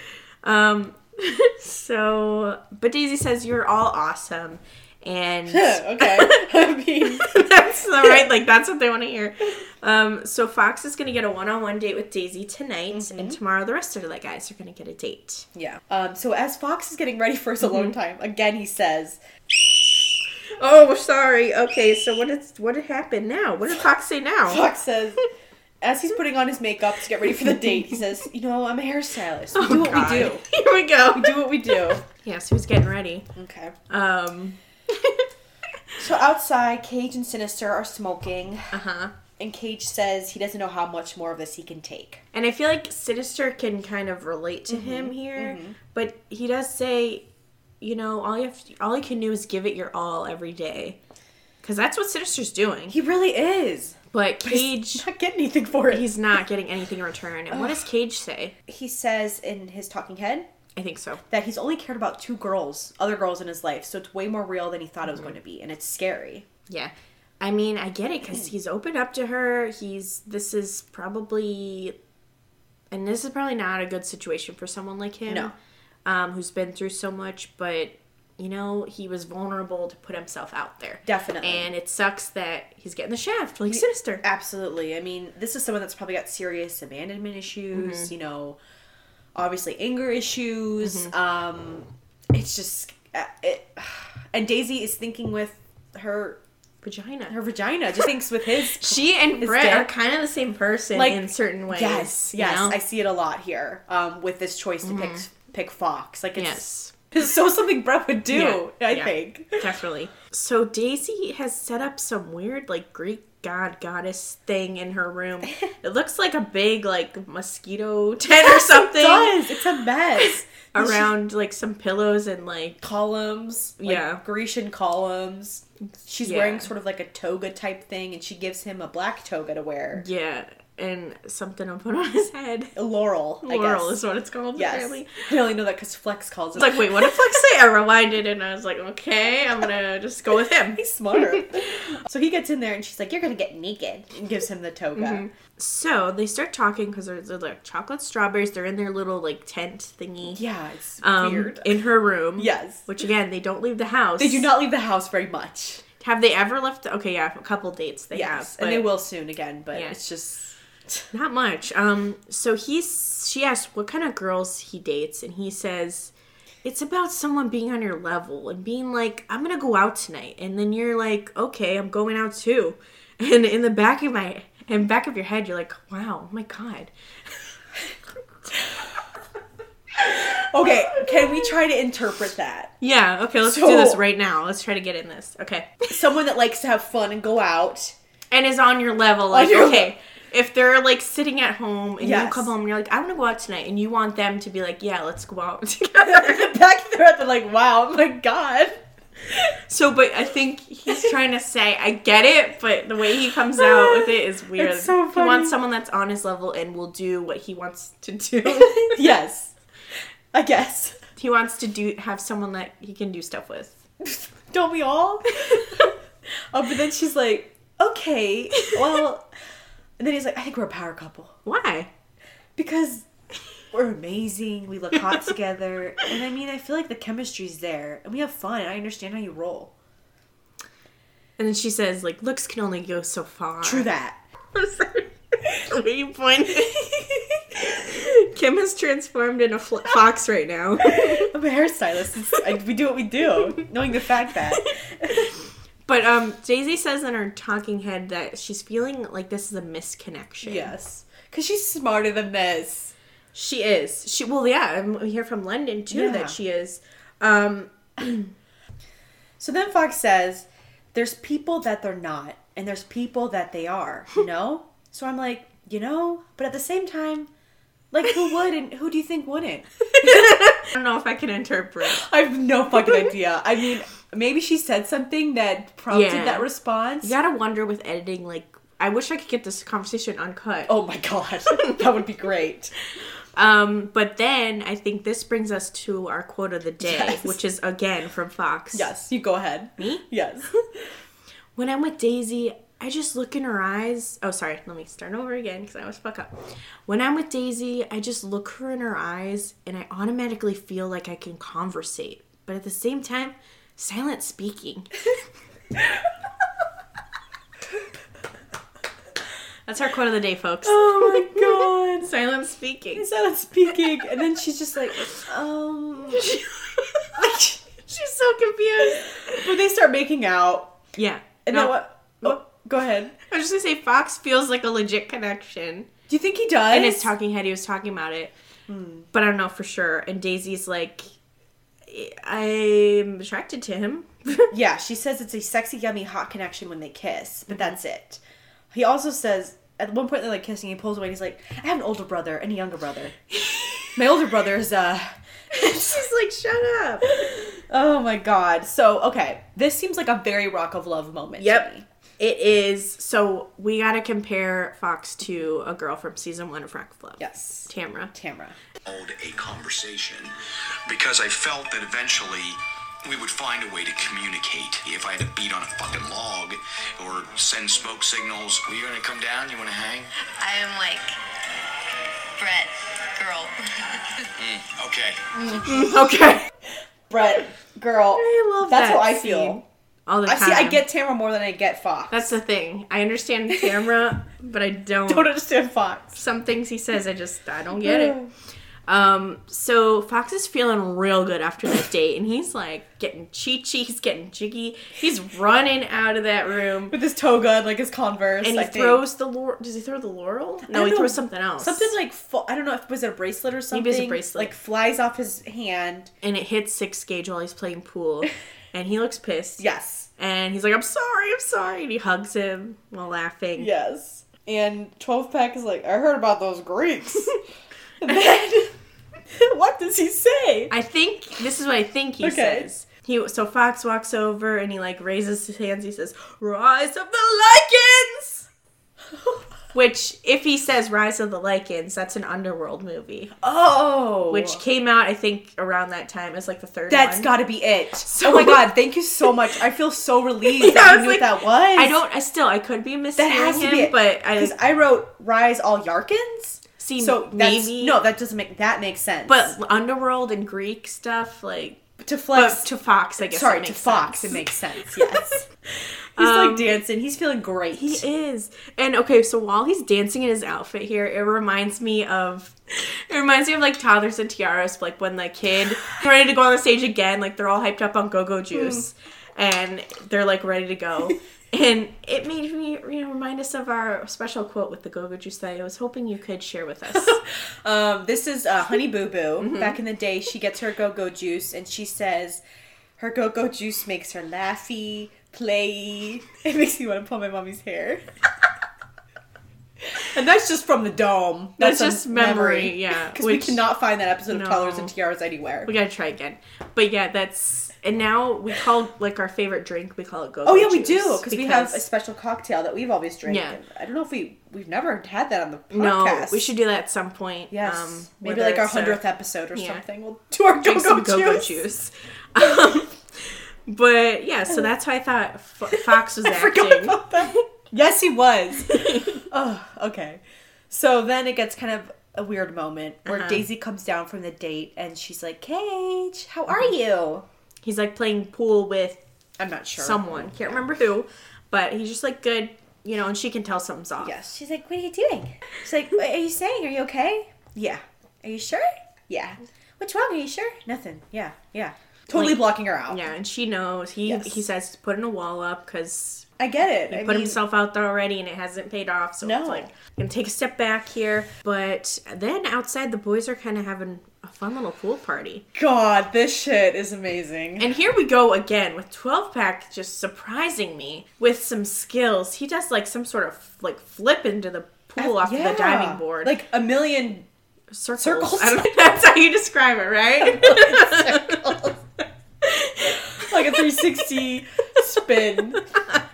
A: Um. So, but Daisy says you're all awesome, and
B: okay. I mean,
A: that's the right. Like that's what they want to hear. Um. So Fox is gonna get a one-on-one date with Daisy tonight,
B: Mm-hmm.
A: and tomorrow the rest of the guys are gonna get a date.
B: yeah. Um, so as Fox is getting ready for his
A: Mm-hmm.
B: alone time, again he says,
A: Oh, sorry. Okay. So what is what happened now? What did Fox say now?
B: Fox says, as he's putting on his makeup to get ready for the date, he says, "You know, I'm a hairstylist. We do what
A: Oh, God.
B: we do.
A: Here we go.
B: We do what we do."
A: Yeah, so he's getting ready.
B: Okay.
A: Um,
B: So outside, Cage and Sinister are smoking,
A: uh huh.
B: and Cage says he doesn't know how much more of this he can take.
A: And I feel like Sinister can kind of relate to him here, but he does say, you know, all you have to, all you can do is give it your all every day. because that's what Sinister's doing.
B: He really is.
A: But Cage,
B: Not get anything for it.
A: he's not getting anything in return. And what does Cage say?
B: He says in his talking head
A: I think so.
B: that he's only cared about two girls, other girls in his life, so it's way more real than he thought it was going to be, and it's scary.
A: Yeah. I mean, I get it
B: Hmm.
A: because he's opened up to her. He's this is probably, and this is probably not a good situation for someone like him,
B: No.
A: um, who's been through so much. But you know, he was vulnerable to put himself out there,
B: Definitely.
A: and it sucks that he's getting the shaft like Sinister.
B: Absolutely. I mean, this is someone that's probably got serious abandonment issues,
A: Mm-hmm.
B: you know, obviously anger issues. Um, it's just. Uh, it, and Daisy is thinking with her
A: Vagina.
B: her vagina, just thinks with his.
A: she and
B: His
A: Brett
B: dick.
A: are kind of the same person
B: Like,
A: in certain ways.
B: yes,
A: you
B: yes.
A: know? Mm-hmm.
B: I see it a lot here um, with this choice to pick pick Fox. Like, it's,
A: yes.
B: it's so something Brett would do,
A: Yeah,
B: I
A: yeah.
B: think.
A: Definitely. So Daisy has set up some weird like Greek god goddess thing in her room. It looks like a big like mosquito tent or something
B: It does. It's a mess.
A: around like some pillows and like
B: columns, like
A: Yeah.
B: Grecian columns. She's
A: Yeah.
B: wearing sort of like a toga type thing, and she gives him a black toga to wear.
A: yeah, and something to put on his head.
B: A laurel, I
A: Laurel
B: guess.
A: is what it's called
B: yes,
A: apparently.
B: I only know that because Flex calls it.
A: It's like, wait, what did Flex say? I rewinded and I was like, okay, I'm gonna just go with him.
B: He's smarter. so he gets in there, and she's like, "You're gonna get naked," and gives him the toga.
A: Mm-hmm. So they start talking because they're, they're like chocolate strawberries. They're in their little like tent thingy.
B: Yeah, it's
A: um,
B: weird.
A: in her room.
B: yes,
A: Which again, they don't leave the house.
B: they do not leave the house very much.
A: Have they ever left? Okay, yeah, a couple dates they
B: Yes,
A: have, but
B: and they will soon again, but
A: Yeah.
B: it's just
A: not much. Um, so he's she asks what kind of girls he dates, and he says it's about someone being on your level and being like, I'm gonna go out tonight, and then you're like, okay, I'm going out too, and in the back of my in back of your head, you're like, wow, oh my god,
B: okay. Can we try to interpret that?
A: yeah, okay, let's do
B: So-
A: this right now. Let's try to get in this, okay.
B: Someone that likes to have fun and go out.
A: and is on your level. Like,
B: your
A: okay, if they're like sitting at home and you
B: Yes.
A: come home and you're like, I want to go out tonight, and you want them to be like, Yeah, let's go out together.
B: back there at the like, wow, oh my god.
A: so, but I think he's trying to say, I get it, but the way he comes out with it is weird.
B: It's so
A: He
B: funny.
A: wants someone that's on his level and will do what he wants to do.
B: yes, I guess.
A: he wants to do have someone that he can do stuff with.
B: Don't we all? oh, but then she's like, okay, well, and then he's like, I think we're a power couple
A: Why?
B: because we're amazing. We look hot together, and I mean, I feel like the chemistry's there, and we have fun. I understand how you roll.
A: And then she says, like, looks can only go so far.
B: True that.
A: Were you pointing? Kim has transformed into fl- fox right now.
B: I'm a hairstylist. It's- I, we do what we do, knowing the fact that
A: But um, Daisy says in her talking head that she's feeling like this is a misconnection.
B: yes, because she's smarter than this.
A: she is. She well, yeah. I'm- We hear from London too
B: Yeah.
A: that she is. Um,
B: So then Fox says, there's people that they're not, and there's people that they are, you know? so I'm like, you know? But at the same time, like, who would and who do you think wouldn't?
A: I don't know if I can interpret.
B: I have no fucking idea. I mean, maybe she said something that prompted
A: Yeah.
B: that response.
A: You gotta wonder with editing. Like, I wish I could get this conversation uncut.
B: Oh my god, that would be great.
A: Um, but then I think this brings us to our quote of the day,
B: Yes.
A: which is again from Fox.
B: Yes, you go ahead.
A: Me?
B: Yes.
A: when I'm with Daisy, I just look in her eyes. Oh, sorry. Let me start over again because I always fuck up. When I'm with Daisy, I just look her in her eyes and I automatically feel like I can conversate. But at the same time, silent speaking. That's our quote of the day, folks.
B: Oh my god.
A: Silent speaking.
B: Is that speaking? And then she's just like, um.
A: She's so confused.
B: But they start making out.
A: Yeah.
B: And
A: no,
B: then what? what? Go ahead.
A: I was just gonna say Fox feels like a legit connection.
B: Do you think he does?
A: in his talking head he was talking about it
B: Hmm.
A: but i don't know for sure and daisy's like i'm attracted to him
B: Yeah, she says it's a sexy, yummy, hot connection when they kiss,
A: Mm-hmm.
B: but that's it. He also says at one point they're like kissing. He pulls away. and He's like, I have an older brother and a younger brother. My older brother is uh
A: She's like, shut up.
B: Oh my god. So okay, this seems like a very Rock of Love moment. to me.
A: Yep. It is. So we got to compare Fox to a girl from season one of Rock of Love.
B: Yes.
A: Tamra.
B: Tamra.
C: hold a conversation because I felt that eventually we would find a way to communicate. If I had to beat on a fucking log or send smoke signals, well, you're gonna come down, you wanna hang?
D: I am like, Brett, girl.
C: Okay.
A: Okay.
B: Brett, girl.
A: I love
B: That's
A: that
B: how I
A: scene.
B: feel.
A: All the
B: I
A: time.
B: see. I get Tamra more than I get Fox.
A: That's the thing. I understand Tamra, but I don't.
B: I don't understand Fox.
A: Some things he says, I just I don't get it. Um, so Fox is feeling real good after that date, and he's like getting cheechy, he's getting jiggy, he's running out of that room,
B: With his toga and like his Converse,
A: and he
B: I think.
A: throws the laurel. Does he throw the laurel?
B: I
A: No, he
B: don't
A: throws
B: know.
A: something else.
B: Something like fa- I don't know if was it a bracelet or something.
A: Maybe it's a bracelet.
B: Like flies off his hand.
A: and it hits six gauge while he's playing pool, and he looks pissed.
B: Yes.
A: and he's like, "I'm sorry, I'm sorry," and he hugs him while laughing.
B: Yes. And twelve pack is like I heard about those Greeks. and then what does he say?
A: I think this is what I think he
B: Okay.
A: says. He so Fox walks over and he like raises his hands. He says, "Rise of the Lycans," which if he says "Rise of the Lycans," that's an underworld movie,
B: oh,
A: which came out I think around that time as like the third.
B: That's
A: one.
B: got to be it. oh my god, thank you so much. I feel so relieved
A: Yeah, I
B: that you
A: was
B: knew
A: like,
B: what that was.
A: I don't. I still. I could be
B: That
A: mishearing
B: has to
A: him,
B: be it.
A: but I
B: because I wrote "Rise All Yarkins,"
A: see
B: so that's,
A: maybe
B: no, that doesn't make that makes sense.
A: But underworld and Greek stuff like.
B: to
A: But
B: flex,
A: to Fox, I guess.
B: sorry,
A: that
B: to
A: makes
B: Fox,
A: sense.
B: it makes sense. Yes, he's
A: Um,
B: like dancing. He's feeling great.
A: He is. And okay, so while he's dancing in his outfit here, it reminds me of it reminds me of like toddlers and tiaras, like when the kid ready to go on the stage again, like they're all hyped up on
B: Hmm.
A: go-go juice and they're like ready to go. And it made me you know, remind us of our special quote with the go-go juice that I was hoping you could share with us.
B: Um, this is uh, Honey Boo Boo. Back in the day, she gets her go go juice and she says, her go go juice makes her laughy, playy. It makes me want to pull my mommy's hair. and that's just from the dome.
A: That's
B: a
A: just memory, yeah,
B: Because we
A: which-
B: cannot find that episode of
A: No.
B: Toddlers and Tiaras anywhere.
A: we gotta try again. But yeah, that's and now we call like our favorite drink, we call it go-go
B: Oh yeah, we
A: juice
B: do because we have a
A: because-
B: special cocktail that we've always drank.
A: Yeah.
B: I don't know if we we've never had that on the podcast.
A: no, we should do that at some point.
B: Yes, maybe
A: Um, whether
B: like our
A: it's a-
B: hundredth episode or
A: yeah.
B: something. We'll do our
A: drink some
B: go-go
A: go-go juice. Um, but yeah, so that's why I thought F- Fox was
B: forgot
A: acting.
B: about that. yes, he was. oh, okay. So then it gets kind of a weird moment where
A: Uh-huh.
B: Daisy comes down from the date and she's like, "Cage, how are
A: Uh-huh.
B: you?"
A: He's like playing pool with
B: I'm not sure.
A: someone, can't remember who, but he's just like good, you know, and she can tell something's off.
B: Yes. She's like, "What are you doing?" She's like, "What are you saying? Are you okay?" Yeah. Are you sure? Yeah. What's wrong? Are you sure? Nothing. Yeah. Yeah. Totally
A: Like-
B: blocking her out.
A: Yeah, and she knows. He
B: Yes.
A: he says to put in a wall up because
B: I get it.
A: he
B: I
A: put
B: mean,
A: himself out there already, and it hasn't paid off. So
B: No.
A: it's like I'm gonna take a step back here. But then outside, the boys are kind of having a fun little pool party.
B: God, this shit is amazing.
A: And here we go again with 12 pack just surprising me with some skills. He does like some sort of like flip into the pool off of
B: Yeah.
A: the diving board.
B: like a million
A: circles.
B: circles.
A: I don't know that's how you describe it, right?
B: like a 360 spin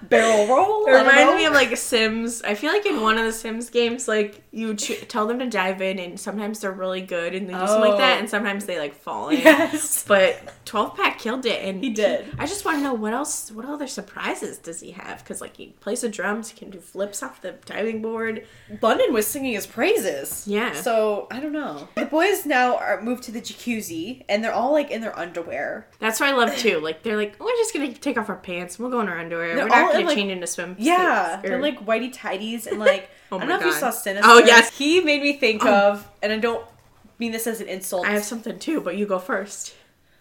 B: barrel roll.
A: It
B: I don't know.
A: reminds me of like Sims. I feel like in one of the Sims games, like you cho- tell them to dive in, and sometimes they're really good and they do something
B: Oh.
A: like that, and sometimes they like fall in.
B: Yes.
A: But 12 pack killed it, and
B: He did.
A: I just want to know what else, what other surprises does he have? Because like he plays the drums, he can do flips off the diving board.
B: London was singing his praises.
A: Yeah.
B: So I don't know. The boys now are moved to the jacuzzi, and they're all like in their underwear.
A: That's what I love too. Like they're like, we're just gonna take off our pants. We'll go in our underwear.
B: They're
A: we're
B: all
A: not
B: in,
A: gonna
B: like-
A: change into swim.
B: Yeah,
A: suits or-
B: they're like whitey tidies and like
A: Oh
B: I don't
A: my
B: know if you
A: God.
B: saw Sinister.
A: Oh, yes. Oh.
B: he made me think of, and I don't mean this as an insult.
A: I have something too, but you go first.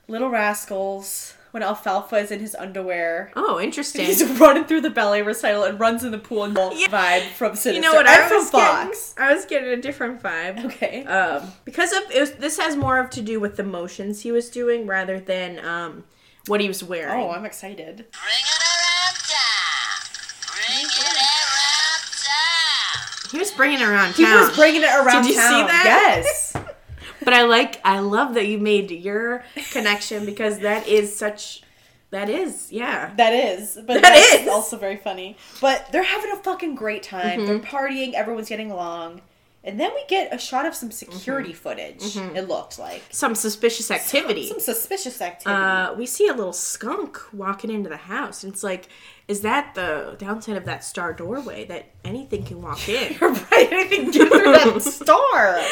B: Little Rascals when Alfalfa is in his underwear.
A: Oh, interesting.
B: He's running through the ballet recital and runs in the pool and vibe from Sinister.
A: you know what?
B: I'm
A: I
B: from
A: was
B: Fox.
A: Getting, I was getting a different vibe.
B: Okay.
A: Um, because of it was, this has more of to do with the motions he was doing rather than um what he was wearing.
B: oh, I'm excited.
D: Bring it around town. Bring it around town.
A: he was bringing around
B: He
A: town.
B: was bringing it around
A: Did you see
B: town.
A: that?
B: Yes.
A: But I like, I love that you made your connection because that is such, that is, yeah.
B: That is, but
A: That
B: that's
A: is.
B: also very funny. But they're having a fucking great time. They're
A: Mm-hmm.
B: partying. Everyone's getting along, and then we get a shot of some
A: Mm-hmm.
B: security footage. It looked like
A: Some suspicious activity.
B: some suspicious activity.
A: uh, we see a little skunk walking into the house, and it's like, is that the downside of that star doorway that anything can walk in?
B: right, I think get through that star.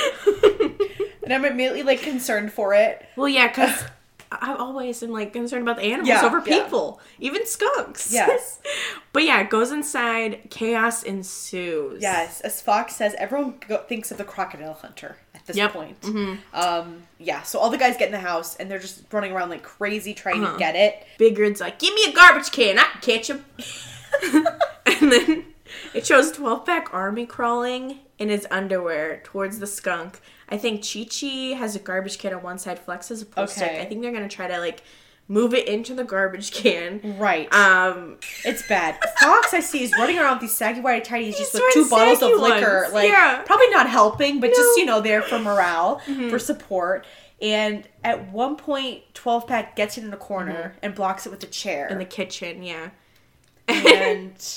B: and I'm immediately like concerned for it.
A: well, yeah, because I always am like concerned about the animals
B: Yeah,
A: over
B: yeah.
A: people, even skunks.
B: Yes.
A: but yeah, it goes inside. Chaos ensues.
B: Yes, as Fox says, everyone go- thinks of the crocodile hunter at this
A: Yep. Mm-hmm.
B: point. Um, yeah, so all the guys get in the house and they're just running around like crazy trying
A: Uh-huh.
B: to get it.
A: Bigred's like, give me a garbage can, I can catch him. and then it shows 12 pack army crawling in his underwear towards the skunk. I think Chi Chi has a garbage can on one side, Flex has a pool stick.
B: Okay.
A: I think they're gonna try to like move it into the garbage can.
B: Right.
A: Um,
B: It's bad. Fox, I see, is running around with these saggy white tidies just with
A: wearing
B: two bottles
A: saggy
B: of liquor.
A: ones.
B: Like,
A: Yeah.
B: probably not helping, but
A: No. Mm-hmm.
B: just, you know, there for morale, for support. And at one point, 12 Pack gets it in a corner and blocks it with a chair.
A: in Mm-hmm. the kitchen, yeah.
B: and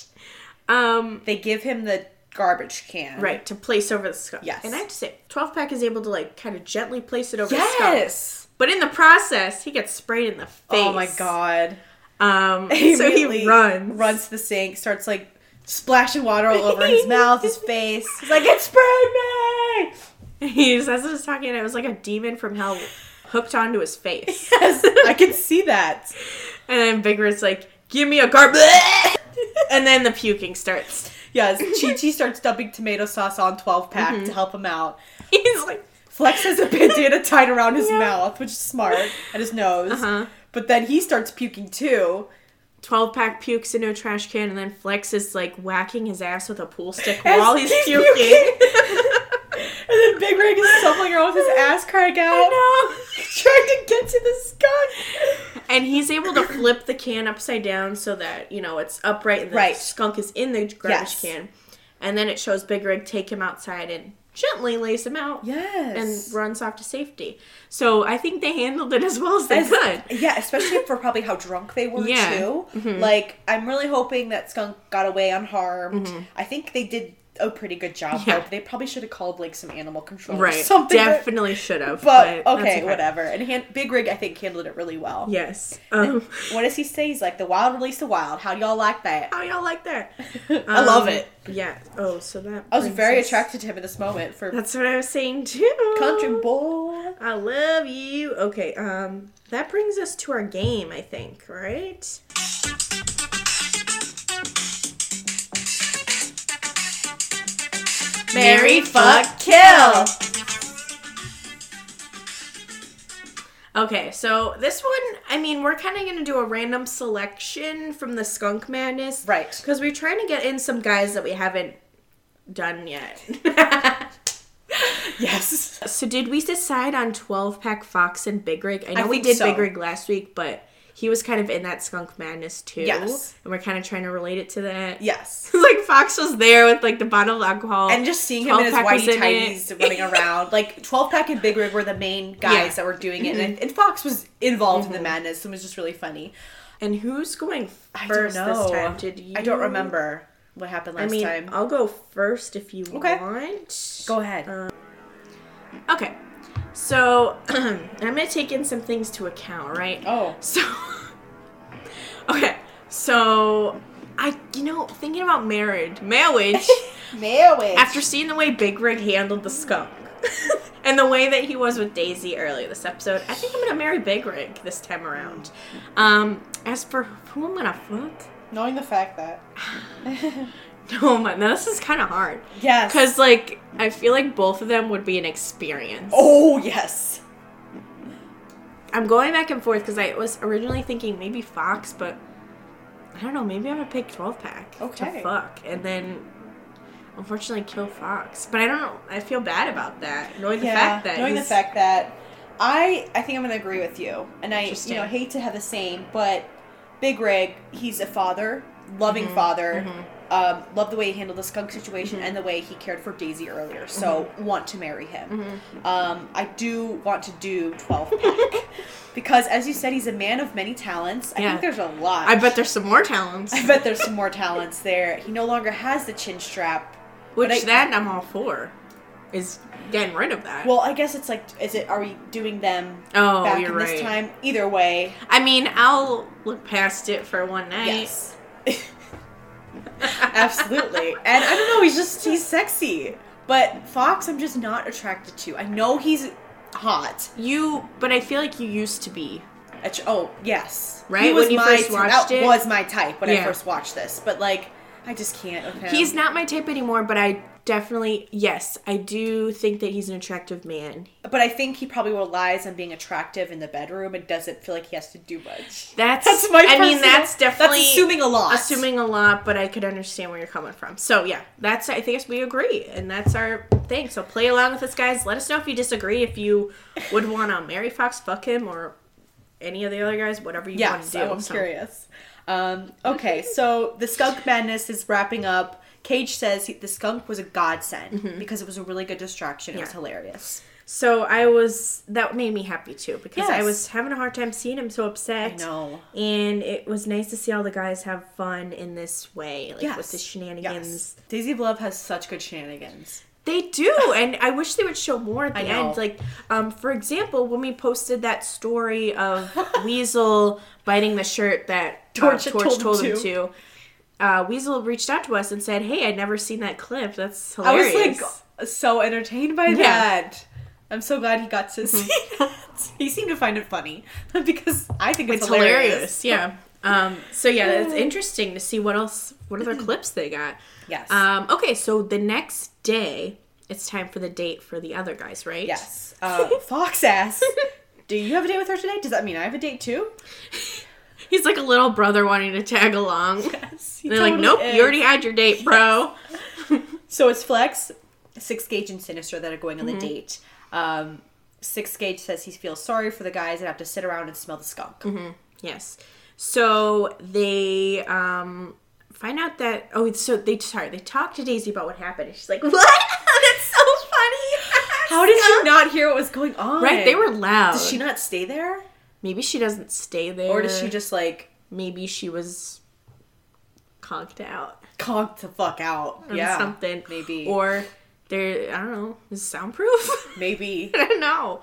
A: Um,
B: they give him the garbage can.
A: right to place over the skunk.
B: Yes.
A: And I have to say, 12 pack is able to like kind of gently place it over the skunk.
B: Yes.
A: But in the process, he gets sprayed in the face.
B: Oh my god.
A: Um, so he
B: immediately
A: runs,
B: Runs to the sink, starts like splashing water all over his mouth, his face. He's like, it sprayed me!
A: He just, as I was talking, it was like a demon from hell hooked onto his face.
B: Yes, I can see that.
A: And then Big Red's like, give me a garbage. and then the puking starts.
B: Yes, Chi Chi starts dumping tomato sauce on 12 pack
A: Mm-hmm.
B: to help him out.
A: He's like,
B: Flex has a bandana tied around his mouth, which is smart, and his nose.
A: Uh-huh.
B: But then he starts puking too.
A: 12 pack pukes into a trash can, and then Flex is like whacking his ass with a pool stick
B: As
A: while he's,
B: he's
A: puking.
B: puking. And then Big Rig is stumbling around with his ass crack out,
A: I
B: trying to get to the skunk.
A: know. And he's able to flip the can upside down so that, you know, it's upright and the
B: Right.
A: skunk is in the garbage
B: Yes.
A: can. And then it shows Big Rig take him outside and gently lace him out.
B: Yes.
A: and runs off to safety. So I think they handled it as well as they
B: As-
A: could.
B: Yeah, especially for probably how drunk they were
A: Yeah. Mm-hmm.
B: too. Like, I'm really hoping that Skunk got away unharmed. I think they did a pretty good job.
A: Mm-hmm. Yeah.
B: Though. They probably should have called like some animal control or
A: Right.
B: something. but-
A: Definitely should have.
B: But,
A: that's
B: okay, whatever. And Han- Big Rig, I think, handled it really well.
A: Yes. Um,
B: What does he say? He's like, "The wild release the wild." How do y'all like that?
A: how y'all like that?
B: I love
A: Um,
B: it.
A: Yeah. Oh, so that.
B: I was
A: brings
B: very
A: us-
B: attracted to him in this moment for
A: That's what I was saying too.
B: country boy.
A: I love you. Okay. Um, that brings us to our game. I think. Right. Marry, fuck,
B: kill.
A: Okay, so this one, I mean, we're kind of going to do a random selection from the Skunk Madness.
B: Right.
A: Because we're trying to get in some guys that we haven't done yet.
B: Yes.
A: so, did we decide on 12 pack Fox and Big Rig? I know we
B: think
A: did
B: so.
A: Big Rig last week, but he was kind of in that Skunk Madness too.
B: Yes.
A: And we're kind of trying to relate it to that.
B: Yes.
A: like, Fox was there with like the bottle of alcohol.
B: And just seeing him in his
A: 12-pack was
B: whitey
A: in
B: tighties
A: it.
B: running around, like twelve pack and Big Rig were the main guys
A: Yeah. Mm-hmm.
B: that were doing it, and, and Fox was involved in the madness and was just really funny.
A: And who's going
B: I
A: first
B: don't know.
A: this time? Did you?
B: I don't remember what happened last
A: I mean, um,
B: time.
A: I'll go first if you
B: Okay.
A: want.
B: Go ahead.
A: um, Okay. So, I'm going to take in some things to account, right?
B: oh,
A: So, okay. So, I, you know, thinking about marriage, marriage,
B: Mailway.
A: after seeing the way Big Rig handled the skunk and the way that he was with Daisy earlier this episode, I think I'm going to marry Big Rig this time around. Um, as for who I'm going to fuck,
B: knowing the fact that
A: oh my, now this is kind of hard.
B: yes,
A: Because, like, I feel like both of them would be an experience.
B: oh yes,
A: I'm going back and forth because I was originally thinking maybe Fox, but I don't know. Maybe I'm gonna pick 12 pack
B: Okay.
A: to fuck, and then unfortunately kill Fox. But I don't know. I feel bad about that, knowing the fact that
B: knowing the
A: he's-
B: fact that I I think I'm gonna agree with you, and I you
A: Interesting.
B: know
A: Mm-hmm,
B: hate to have the same, but Big Rig he's a father, loving father, Um, love the way he handled the skunk situation and the way he cared for Daisy earlier. So
A: Mm-hmm.
B: want to marry him. Um, I do want to do twelve pack because, as you said, he's a man of many talents. I
A: Yeah.
B: think there's a lot.
A: I bet there's some more talents,
B: I bet there's some more talents there. He no longer has the chin strap.
A: which
B: I-
A: that I'm all for. Is getting rid of that.
B: Well, I guess it's like, is it? Are we doing them
A: Oh,
B: back
A: you're
B: in this
A: right.
B: time? Either way,
A: I mean, I'll look past it for one night.
B: yes, absolutely. And I don't know, he's just he's sexy. But Fox, I'm just not attracted to. I know he's hot.
A: You, but I feel like you used to be.
B: Att- Oh yes,
A: Right,
B: He was
A: when you
B: my
A: first
B: type-
A: watched
B: that
A: it?
B: was my type when I
A: Yeah.
B: first watched this. But like, I just can't. With him.
A: He's not my type anymore, but I definitely, yes, I do think that he's an attractive man.
B: But I think he probably relies on being attractive in the bedroom and doesn't feel like he has to do much.
A: That's,
B: That's my.
A: I mean,
B: personal-
A: that's definitely
B: that's assuming a lot.
A: assuming a lot, but I could understand where you're coming from. So yeah, that's I think we agree, and that's our thing. So play along with us, guys. Let us know if you disagree, if you would want to marry Fox, fuck him, or any of the other guys, whatever you want to
B: Yes,
A: do.
B: oh, I'm
A: So-
B: curious. Um, okay, so the skunk madness is wrapping up. Cage says he, the skunk was a godsend because it was a really good distraction. It was
A: Mm-hmm. Yeah.
B: hilarious.
A: So I was that made me happy too because I
B: Yes.
A: was having a hard time seeing him so upset.
B: I know.
A: and it was nice to see all the guys have fun in this way, like
B: Yes.
A: with the
B: yes.
A: shenanigans.
B: Daisy of Love has such good shenanigans.
A: They do, and I wish they would show more at the
B: I know.
A: end. Like, um, for example, when we posted that story of Weasel biting the shirt that Torch,
B: Torch had
A: Torch
B: told
A: told,
B: him
A: him
B: to.
A: to, uh, Weasel reached out to us and said, "Hey, I'd never seen that clip. That's
B: I
A: hilarious."
B: was like so entertained by that. I'm so glad he got
A: Mm-hmm.
B: to see it. He seemed to find it funny because I think it's,
A: it's
B: hilarious.
A: hilarious. Yeah. Um, so yeah, it's interesting to see what else, what other clips they got.
B: Yes.
A: Um, okay, so the next day, it's time for the date for the other guys, right?
B: Yes. Uh, Fox asks, "Do you have a date with her today? Does that mean I have a date too?"
A: He's like a little brother wanting to tag along.
B: Yes.
A: They're like, nope, you already had your date, bro.
B: So it's Flex, Six Gauge, and Sinister that are going
A: Mm-hmm.
B: on the date. Um, Six Gauge says he feels sorry for the guys that have to sit around and smell the skunk.
A: Mm-hmm. Yes. So they um find out that oh it's so they sorry they talk to Daisy about what happened. And she's like, what? That's so funny.
B: How did you not hear what was going on?
A: Right, they were loud.
B: Does she not stay there,
A: Maybe she doesn't stay there,
B: or does she just like
A: Maybe she was conked out
B: conk the fuck out?
A: or
B: yeah,
A: something.
B: maybe.
A: or they're I don't know. Is it soundproof?
B: maybe.
A: I don't know.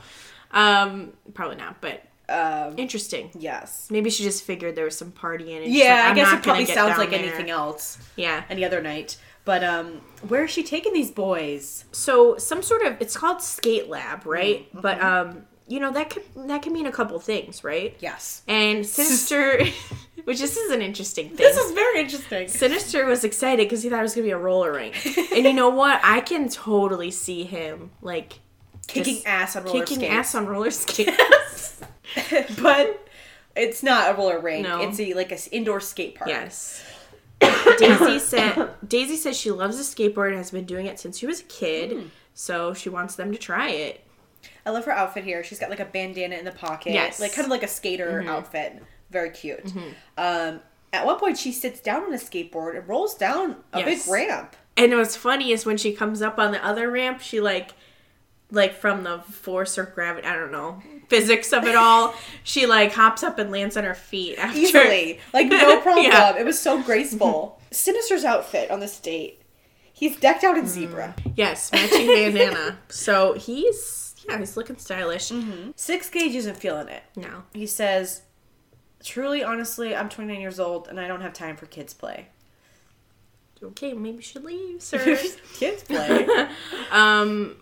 A: Um, probably not. But
B: Um,
A: interesting.
B: yes.
A: Maybe she just figured there was some partying. And she's
B: Yeah,
A: like,
B: I
A: "I'm
B: guess
A: not
B: it
A: gonna
B: probably
A: get
B: sounds
A: down
B: like
A: there."
B: anything else
A: Yeah.
B: any other night. But um, where is she taking these boys?
A: so some sort of it's called skate lab
B: Mm,
A: right
B: mm-hmm.
A: but um you know that can that can mean a couple things right
B: Yes.
A: and sinister which this is an interesting thing
B: This is very interesting.
A: sinister was excited because he thought it was gonna be a roller rink and you know what i can totally see him like
B: Kicking
A: just
B: ass on roller
A: kicking
B: skates.
A: ass on roller skates
B: but it's not a roller rink.
A: No.
B: It's a like a s- indoor skate park.
A: yes daisy said daisy says she loves a skateboard and has been doing it since she was a kid
B: Hmm.
A: so she wants them to try it
B: I love her outfit here. She's got like a bandana in the pocket.
A: Yes. Mm-hmm.
B: Like kind of like a skater outfit. Very cute. Um, at one point she sits down on a skateboard and rolls down a
A: Yes.
B: big ramp.
A: And what's funny is when she comes up on the other ramp, she like, like from the force or gravity, I don't know, physics of it all, she like hops up and lands on her feet after.
B: Easily. Like no problem.
A: Yeah.
B: It was so graceful. Sinister's outfit on this date. He's decked
A: Mm.
B: out in zebra.
A: Yes, matching bandana. So he's yeah, he's looking stylish.
B: Mm-hmm. Six Gauge isn't feeling it.
A: No,
B: He says, Truly, honestly, I'm 29 years old and I don't have time for kids' play.
A: okay, maybe she leaves or.
B: kids' play?
A: Um,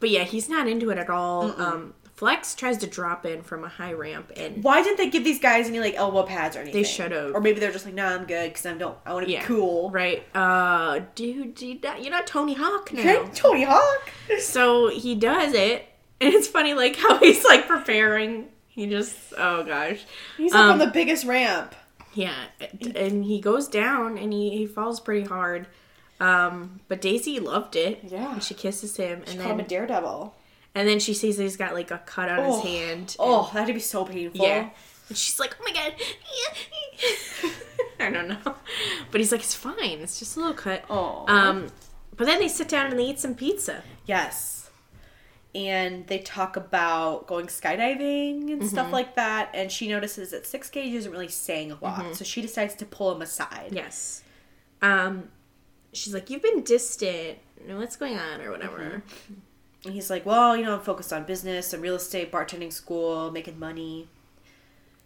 A: but yeah, he's not into it at all. Um, Flex tries to drop in from a high ramp and
B: Why didn't they give these guys any like elbow pads or anything?
A: should've.
B: Or maybe they're just like, nah, I'm good because I don't. I want to
A: yeah,
B: be cool.
A: right? Uh, dude, you not, you're not Tony Hawk now.
B: Okay, Tony Hawk.
A: So he does it, and it's funny, like how he's like preparing. He just, oh gosh,
B: He's up on
A: Um,
B: the biggest ramp.
A: yeah. And he goes down, and he, he falls pretty hard. Um, but Daisy loved it.
B: Yeah.
A: and she kisses him, and
B: Call him a
A: then
B: daredevil.
A: and then she sees that he's got like a cut on
B: Oh.
A: his hand.
B: Oh, that'd be so painful.
A: yeah. And she's like, oh my god. I don't know. But he's like, it's fine. It's just a little cut.
B: Aw.
A: Um, but then they sit down and they eat some pizza.
B: Yes. And they talk about going skydiving and
A: Mm-hmm.
B: stuff like that. And she notices that Six Gauge isn't really saying a
A: Mm-hmm.
B: lot. So she decides to pull him aside.
A: Yes. Um, she's like, you've been distant. No, What's going on or whatever?
B: Mm-hmm. And he's like, Well, you know, I'm focused on business, and real estate, bartending school, making money.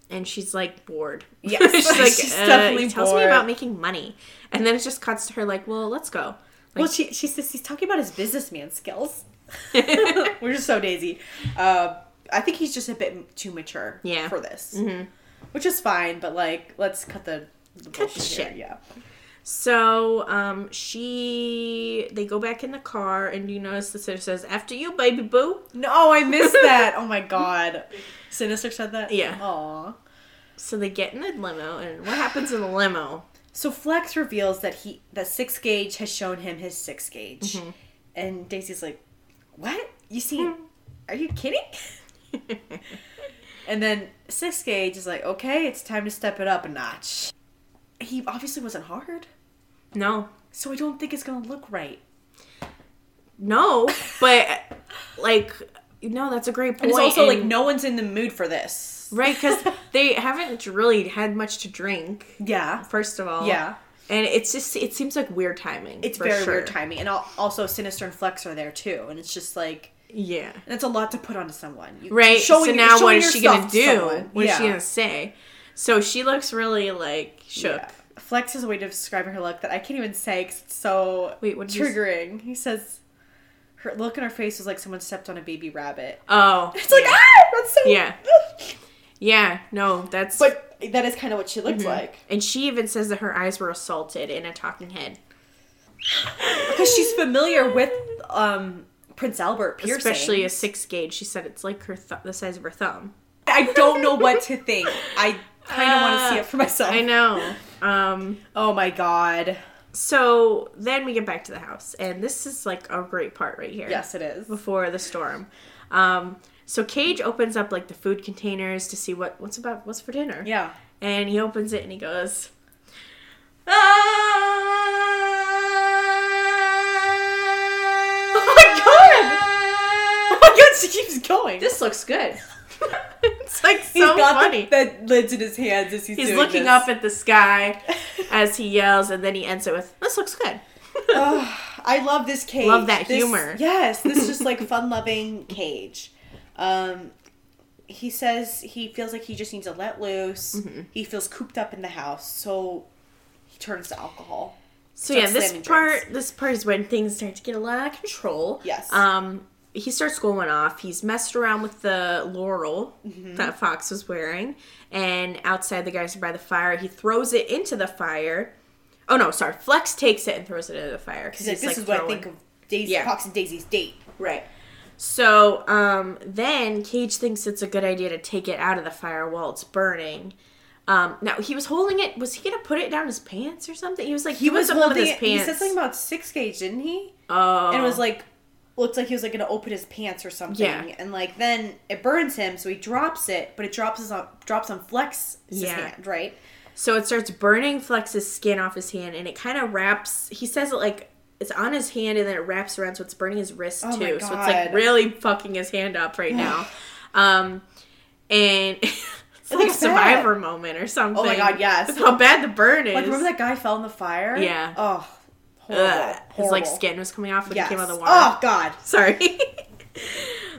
A: And she's like bored.
B: Yes,
A: she's like,
B: she's
A: uh,
B: definitely
A: tells me
B: bored.
A: about making money. And then it just cuts to her like, well, let's go. Like,
B: well, she, she says he's talking about his businessman skills. We're just so daisy. Uh, I think he's just a bit too mature
A: Yeah. Mm-hmm.
B: for this, which is fine, but like, let's cut the, the
A: Cut the
B: bullshit here.
A: shit.
B: Yeah.
A: So um, she, they go back in the car, and you notice the sister says, "After you, baby boo."
B: No, I missed that. oh my god. Sinister said that?
A: Yeah.
B: Aw.
A: So they get in the limo, and what happens in the limo?
B: So Flex reveals that he that six gauge has shown him his six gauge.
A: Mm-hmm.
B: And Daisy's like, What? You see are you kidding? and then six gauge is like, Okay, it's time to step it up a notch. He obviously wasn't hard.
A: No,
B: So I don't think it's gonna look right.
A: no, but like, no, that's a great point.
B: And it's also like
A: and-
B: no one's in the mood for this.
A: right because they haven't really had much to drink.
B: Yeah.
A: First of all,
B: Yeah.
A: and it's just it seems like weird timing.
B: It's
A: for
B: very
A: sure.
B: weird timing. And al- also Sinister and Flex are there too. And it's just like
A: Yeah.
B: That's a lot to put onto someone. You-
A: Right. so
B: your-
A: now what
B: showing
A: is she
B: yourself
A: gonna
B: to
A: do?
B: someone.
A: What is she
B: Yeah.
A: gonna say? So she looks really like shook.
B: Yeah. Flex is a way of describing her look that I can't even say 'cause it's so
A: Wait, what did you s-
B: triggering. He says her look in her face was like someone stepped on a baby rabbit.
A: Oh,
B: It's like ah, that's so
A: Yeah. yeah. No, that's
B: but that is kind of what she looks like
A: And she even says that her eyes were assaulted in a talking head,
B: because she's familiar with um Prince Albert piercing.
A: especially a six gauge. She said it's like her th- the size of her thumb.
B: I don't know what to think. I kind of want to see it for myself.
A: Ah, I know. Um,
B: Oh my god.
A: so then we get back to the house, and this is like a great part right here.
B: Yes, it is.
A: before the storm. Um, so Cage opens up like the food containers to see what what's about what's for dinner.
B: Yeah.
A: and he opens it and he goes. "Ah!"
B: Oh my god. Oh my god. She keeps going.
A: This looks good. it's like so funny.
B: The, the lids in his hands as he's,
A: He's
B: doing
A: looking
B: this.
A: up at the sky as he yells, and then he ends it with, "This looks good."
B: Oh, I love this cage.
A: Love that
B: This-
A: humor.
B: Yes, this just like fun loving cage. Um, he says he feels like he just needs to let loose.
A: Mm-hmm.
B: He feels cooped up in the house, so he turns to alcohol.
A: So yeah,
B: Starts
A: this
B: slamming
A: part
B: drinks.
A: this part is when things start to get a lot out of control.
B: Yes.
A: Um he starts going off. He's messed around with the laurel
B: Mm-hmm.
A: that Fox was wearing. And outside the guys are by the fire. He throws it into the fire. Oh no, sorry. Flex takes it and throws it into the fire. Because
B: He's like, this is what I think of Daisy
A: Yeah.
B: Fox and Daisy's date.
A: Right. So um, then Cage thinks it's a good idea to take it out of the fire while it's burning. Um, now he was holding it. Was he gonna put it down his pants or something? He was like doing something with his
B: it- He
A: pants.
B: said something about six gauge, didn't he?
A: oh.
B: And it was like looked like he was like gonna open his pants or something.
A: Yeah.
B: And like then it burns him, so he drops it, but it drops on drops on Flex's
A: Yeah.
B: hand, right?
A: So it starts burning Flex's skin off his hand, and it kind of wraps. He says it like it's on his hand, and then it wraps around, so it's burning his wrist
B: Oh my
A: too. So it's like
B: God.
A: really fucking his hand up right now. Um, and it's like a
B: looks
A: survivor moment or something.
B: Oh God, yes.
A: With how bad the burn is.
B: Like, remember that guy fell in the fire?
A: Yeah.
B: Oh, horrible.
A: Ugh. His
B: horrible.
A: like skin was coming off when
B: Yes.
A: he came out of the water.
B: Oh God,
A: Sorry.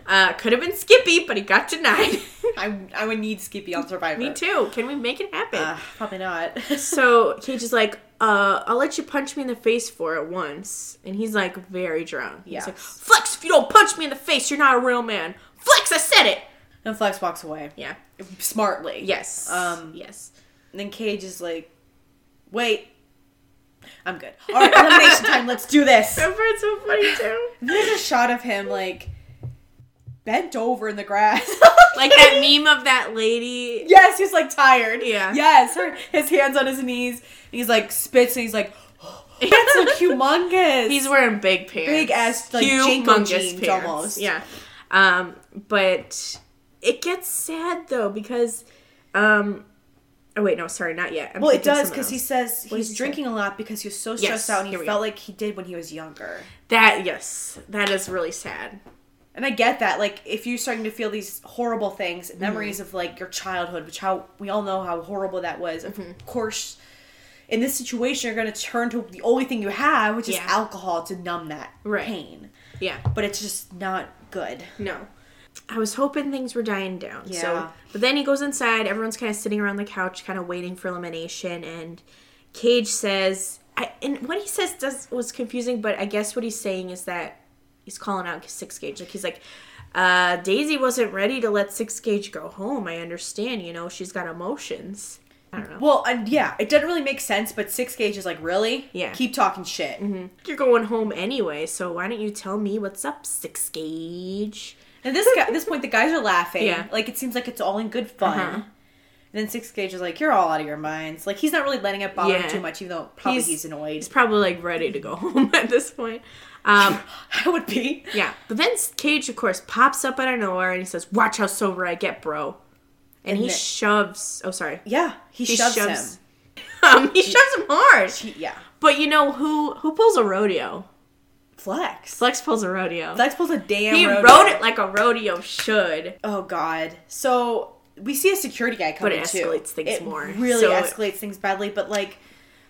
A: uh, could have been Skippy, but he got denied.
B: I I would need Skippy on Survivor.
A: Me too. Can we make it happen?
B: Uh, probably not.
A: So Cage is like, uh, I'll let you punch me in the face for it once. And he's like very drunk. He's
B: Yes.
A: like, Flex, if you don't punch me in the face, you're not a real man. Flex, I said it.
B: and Flex walks away
A: Yeah.
B: smartly.
A: Yes.
B: Um,
A: yes.
B: And then Cage is like, wait. I'm good. All right, elimination time. Let's do this.
A: That part's so funny too.
B: There's a shot of him like bent over in the grass.
A: like that meme of that lady.
B: Yes, he's like tired.
A: Yeah.
B: Yes, her, his hands on his knees. And he's like spits and he's like, that's like humongous.
A: He's wearing big pants.
B: Big ass, like, Janko jeans almost.
A: Yeah. Um, but it gets sad though because um Oh wait, no, sorry, not yet. I'm
B: Well, it
A: thinking
B: does
A: someone
B: because he
A: else.
B: says
A: What does
B: he's
A: he say?
B: drinking a lot because he was so
A: Yes,
B: stressed out and
A: here
B: he
A: we
B: felt
A: go.
B: like he did when he was younger.
A: that. Yes, that is really sad.
B: And I get that. Like, if you're starting to feel these horrible
A: Mm-hmm.
B: things, memories of like your childhood, which how we all know how horrible that was.
A: Mm-hmm.
B: Of course, in this situation, you're going to turn to the only thing you have, which
A: Yeah.
B: is alcohol, to numb that
A: Right.
B: pain.
A: Yeah.
B: But it's just not good.
A: No. I was hoping things were dying down. So,
B: Yeah.
A: but then he goes inside. Everyone's kind of sitting around the couch, kind of waiting for elimination. And Cage says, I, and what he says does was confusing, but I guess what he's saying is that he's calling out Six Gauge. Like he's like, uh, Daisy wasn't ready to let Six Gauge go home. I understand. You know, she's got emotions. I don't know.
B: Well, and yeah, it doesn't really make sense. But six gauge is like, really?
A: Yeah. Mm-hmm.
B: Keep talking shit.
A: You're going home anyway, so why don't you tell me what's up, Six Gauge?
B: And this guy, at this point, the guys are laughing.
A: Yeah.
B: Like it seems like it's all in good fun.
A: Uh-huh.
B: And then Six Gauge is like, "You're all out of your minds." Like he's not really letting it bother
A: Yeah.
B: him too much, even though probably he's, annoyed.
A: He's probably like ready to go home at this point. Um,
B: I would be.
A: Yeah, but then Cage, of course, pops up out of nowhere and he says, "Watch how sober I get, bro." And,
B: And
A: he
B: the-
A: shoves. Oh, sorry.
B: Yeah, he,
A: He
B: shoves,
A: shoves-
B: him.
A: Um, he shoves him hard.
B: He- yeah,
A: But you know who who pulls a rodeo?
B: Flex.
A: Flex pulls a rodeo.
B: Flex pulls a damn.
A: he
B: rodeo.
A: rode it like a rodeo should.
B: Oh God. So we see a security guy coming.
A: it
B: too.
A: escalates things
B: It
A: more.
B: Really
A: So-
B: escalates things badly. But like,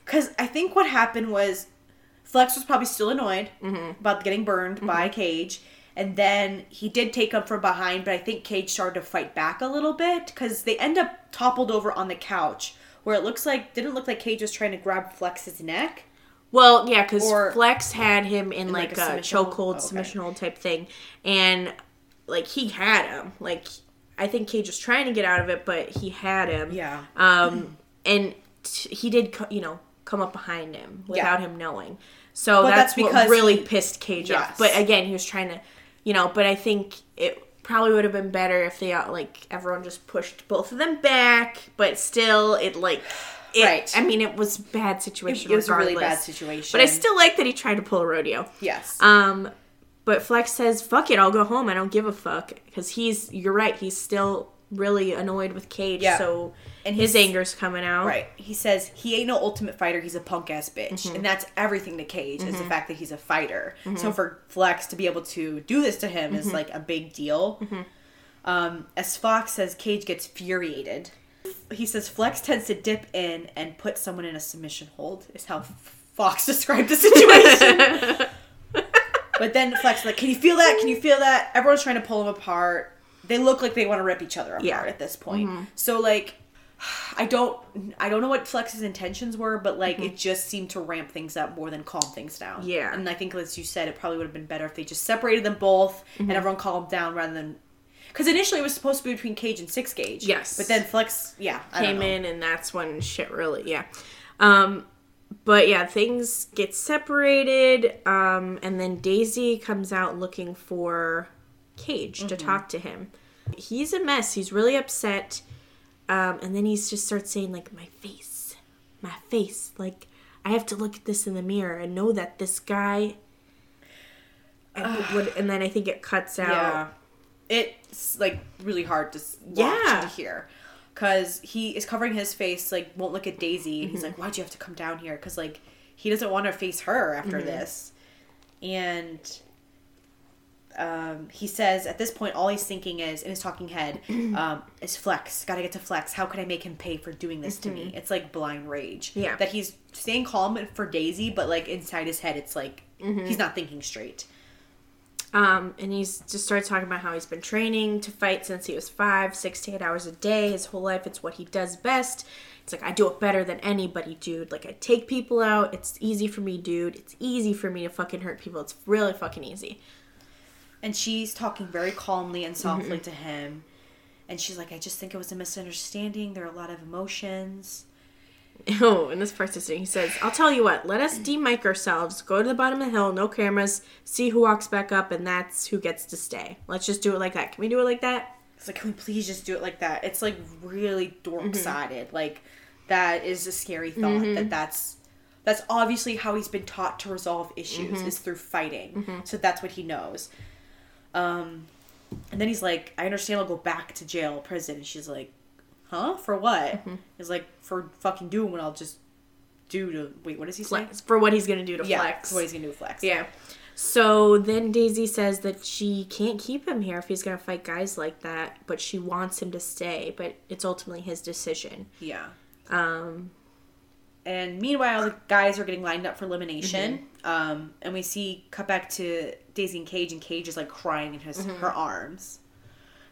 B: because I think what happened was Flex was probably still annoyed
A: Mm-hmm.
B: about getting burned by Cage, and then he did take him from behind. But I think Cage started to fight back a little bit because they end up toppled over on the couch where it looks like didn't look like Cage was trying to grab Flex's neck.
A: Well, yeah, because
B: Or-
A: Flex had him in, like,
B: like, a
A: a,
B: submission hold?
A: chokehold,
B: Oh, okay.
A: submission hold type thing, and like he had him. Like I think Cage was trying to get out of it, but he had him.
B: Yeah.
A: Um, and t- he did, co- you know, come up behind him without him knowing. So
B: But
A: that's,
B: that's
A: what
B: because
A: really
B: he-
A: pissed Cage off.
B: Yes.
A: But again, he was trying to, you know. But I think it probably would have been better if they uh, like everyone just pushed both of them back. But still, it like. It,
B: Right.
A: I mean, it was a bad situation.
B: It was a really
A: regardless.
B: bad situation.
A: But I still like that he tried to pull a rodeo.
B: Yes.
A: Um, but Flex says, "Fuck it, I'll go home. I don't give a fuck." Because he's, you're right, he's still really annoyed with Cage.
B: Yeah.
A: So
B: And
A: his
B: he's-
A: anger's coming out.
B: Right. He says he ain't no ultimate fighter. He's a punk ass bitch, and that's everything to Cage is the fact that he's a fighter. So for Flex to be able to do this to him is like a big deal. Um, as Fox says, Cage gets furiated. He says Flex tends to dip in and put someone in a submission hold. Is how Fox described the situation. but then Flex is like, can you feel that? Can you feel that? Everyone's trying to pull him apart. They look like they want to rip each other apart
A: Yeah.
B: at this point. So like I don't I don't know what Flex's intentions were, but like it just seemed to ramp things up more than calm things down.
A: Mm-hmm. Yeah.
B: And I think as you said, it probably would have been better if they just separated them both
A: Mm-hmm.
B: and everyone calmed down rather than because initially it was supposed to be between Cage and Six Gauge.
A: Yes.
B: But then Flex yeah, I
A: Came in, and that's when shit really, yeah. Um, but yeah, things get separated. Um, and then Daisy comes out looking for Cage to
B: Mm-hmm.
A: talk to him. He's a mess. He's really upset. Um, and then he just starts saying like, "My face, my face." Like, I have to look at this in the mirror and know that this guy. And, what- and then I think it cuts out.
B: Yeah. It's like really hard to s- watch
A: Yeah.
B: and to hear because he is covering his face, like won't look at Daisy, and
A: Mm-hmm.
B: he's like, "Why'd you have to come down here?" Because like he doesn't want to face her after
A: Mm-hmm.
B: this, and um, he says at this point all he's thinking is in his talking head um, is flex gotta get to flex how could i make him pay for doing this to me it's like blind rage
A: Mm-hmm. Yeah.
B: that he's staying calm for daisy but like inside his head it's like
A: Mm-hmm.
B: he's not thinking straight
A: Um, and he's just started talking about how he's been training to fight since he was five, six to eight hours a day. His whole life, it's what he does best. It's like I do it better than anybody, dude. Like I take people out. It's easy for me, dude. It's easy for me to fucking hurt people. It's really fucking easy.
B: And she's talking very calmly and softly to him. And she's like, I just think it was a misunderstanding. There are a lot of emotions.
A: Oh, and this part's interesting. He says, "I'll tell you what. Let us demic ourselves. Go to the bottom of the hill. No cameras. See who walks back up, and that's who gets to stay. Let's just do it like that. Can we do it like that?
B: It's like, can we please just do it like that? It's like really dork sided. Like, that is a scary thought that that's. That's obviously how he's been taught to resolve issues is through fighting. So that's what he knows. Um, and then he's like, "I understand. I'll go back to jail, prison." And she's like, huh? For what? It's like, for fucking doing what I'll just do to. Wait, what does he say?
A: Flex for what he's gonna do to
B: Yeah,
A: flex.
B: that's what he's gonna do, flex.
A: yeah. So then Daisy says that she can't keep him here if he's gonna fight guys like that, but she wants him to stay. But it's ultimately his decision.
B: Yeah.
A: Um,
B: And meanwhile, the guys are getting lined up for elimination.
A: Mm-hmm.
B: Um, and we see cut back to Daisy and Cage, and Cage is like crying in his
A: Mm-hmm.
B: her arms,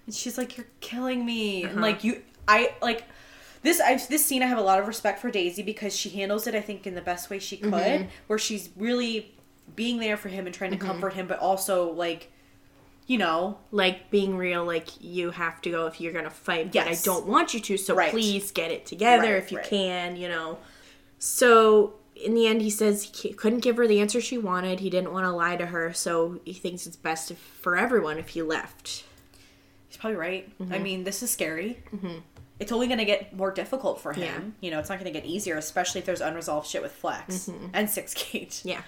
B: and she's like, "You're killing me!"
A: Uh-huh.
B: And like you, I like this. I this scene. I have a lot of respect for Daisy because she handles it. I think in the best way she could,
A: Mm-hmm.
B: where she's really being there for him and trying to comfort him, but also like, you know,
A: like being real, like you have to go if you're gonna fight, but I
B: Yes.
A: don't want you to. So
B: Right.
A: please get it together
B: Right,
A: if you
B: right.
A: can. You know. So in the end, he says he ca- couldn't give her the answer she wanted. He didn't want to lie to her, so he thinks it's best if, for everyone if he left.
B: He's probably right. I mean, this is scary. It's only going to get more difficult for him. You know, it's not going to get easier, especially if there's unresolved shit with Flex and Six Cage.
A: Yeah.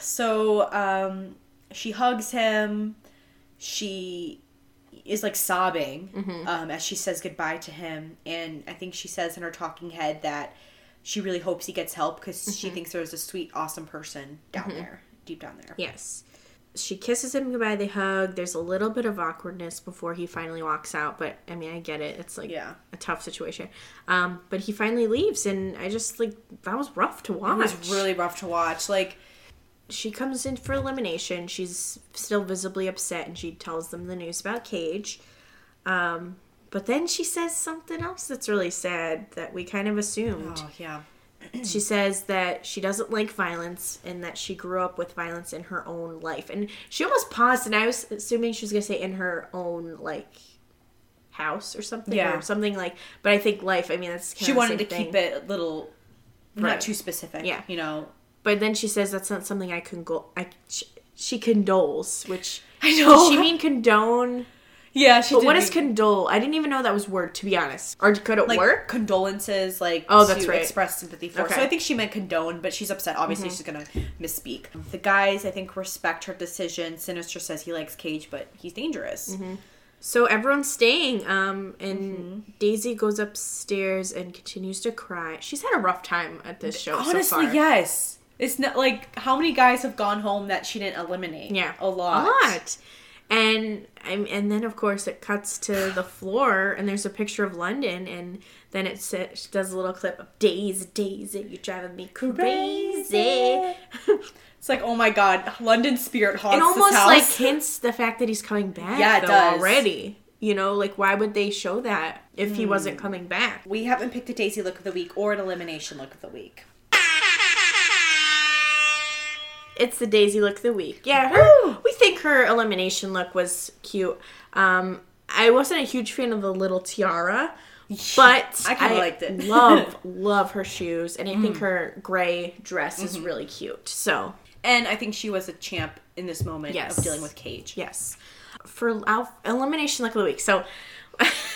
B: So um, she hugs him. She is like sobbing um, as she says goodbye to him. And I think she says in her talking head that she really hopes he gets help because she thinks there's a sweet, awesome person down there, deep down there.
A: Yes. She kisses him goodbye. They hug. There's a little bit of awkwardness before he finally walks out, but I mean, I get it. It's like
B: Yeah.
A: a tough situation. Um, but he finally leaves, and I just like that was rough to
B: It
A: watch.
B: was really rough to watch. Like,
A: She comes in for elimination. She's still visibly upset, and she tells them the news about Cage. Um, but then she says something else that's really sad that we kind of assumed.
B: oh, yeah.
A: She says that she doesn't like violence and that she grew up with violence in her own life. And she almost paused, and I was assuming she was going to say in her own, like, house or something.
B: Yeah.
A: Or something like, but I think life, I mean, that's kind
B: she
A: of
B: wanted to keep it a little
A: Right.
B: not too specific
A: Yeah.
B: you know
A: But then she says that's not something I can go. I, she, she condoles, which.
B: I
A: Does she
B: know.
A: mean condone?
B: yeah she
A: But what is condole? I didn't even know that was a word, to be honest. Or could it
B: like
A: work?
B: condolences like
A: Oh, that's
B: to
A: right.
B: express sympathy for
A: Okay. Mm-hmm.
B: so i think she meant condone but she's upset obviously she's gonna misspeak the guys i think respect her decision sinister says he likes cage but he's dangerous
A: Mm-hmm. So everyone's staying, um, and
B: Mm-hmm.
A: Daisy goes upstairs and continues to cry. She's had a rough time at this show.
B: honestly
A: so far.
B: yes it's not like how many guys have gone home that she didn't eliminate
A: yeah,
B: a lot
A: a lot. And I'm, and then of course it cuts to the floor, and there's a picture of London, and then it sa- she does a little clip of Daisy, Daisy, you're driving me crazy.
B: it's like oh my god london spirit haunts
A: it
B: almost
A: almost
B: this house.
A: like hints the fact that he's coming back.
B: Yeah, it
A: though,
B: does.
A: already. You know, like why would they show that if he
B: Mm.
A: wasn't coming back?
B: we haven't picked a daisy look of the week or an elimination look of the week
A: It's the Daisy look of the week. Yeah, her, we think her elimination look was cute. Um, I wasn't a huge fan of the little tiara, but
B: I kinda liked it. Mm.
A: love, love her shoes, and I think her gray dress is
B: Mm-hmm.
A: really cute. So
B: And I think she was a champ in this moment
A: Yes.
B: of dealing with Cage.
A: yes, for our elimination look of the week. So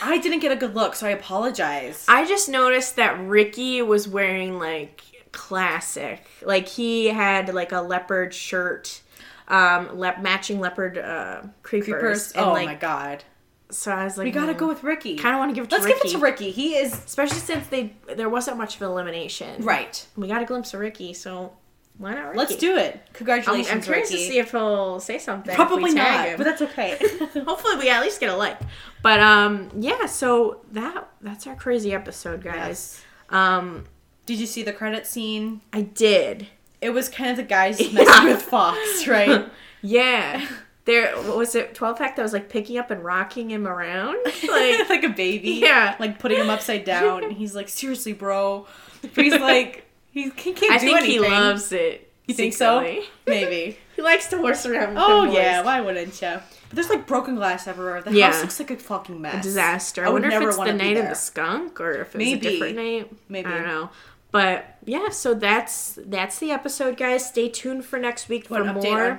B: I didn't get a good look, so I apologize.
A: I just noticed that Ricky was wearing like classic, like he had like a leopard shirt. Um, le- matching leopard uh, creepers,
B: Creepers.
A: and
B: oh
A: like
B: my god.
A: So I was like,
B: We gotta
A: "Hmm."
B: go with Ricky.
A: Kinda wanna give it to
B: Let's
A: Ricky.
B: give it to Ricky. He is
A: especially since they there wasn't much of an elimination.
B: right.
A: We got a glimpse of Ricky, so why not? Ricky?
B: Let's do it.
A: I'm,
B: Congratulations,
A: I'm curious
B: Ricky.
A: to see if he'll say something. if we tag
B: Probably not,
A: him.
B: but that's okay.
A: Hopefully, we at least get a like. But um, yeah. So that that's our crazy episode, guys. Um,
B: Did you see the credit scene?
A: I did.
B: It was kind of the guys
A: Yeah.
B: messing with Fox, right?
A: Yeah. There what was it. Twelve pack that was like picking up and rocking him around. Like
B: like a baby.
A: Yeah.
B: Like putting him upside down. And he's like, seriously, bro. But he's like, he he can't
A: I
B: do
A: think
B: anything.
A: he loves it.
B: You think so?
A: secretly.
B: Maybe.
A: He likes to horse around. With
B: Oh
A: them boys.
B: yeah, why wouldn't you? But there's like broken glass everywhere. The
A: Yeah.
B: house looks like a fucking mess.
A: disaster. I,
B: would
A: wonder if
B: never
A: it's the
B: wanna be
A: night of
B: there.
A: the skunk or if it was
B: Maybe.
A: a different night.
B: Maybe.
A: I don't know. But yeah, so that's that's the episode, guys. Stay tuned for next week
B: Want
A: for
B: an update
A: more.
B: on-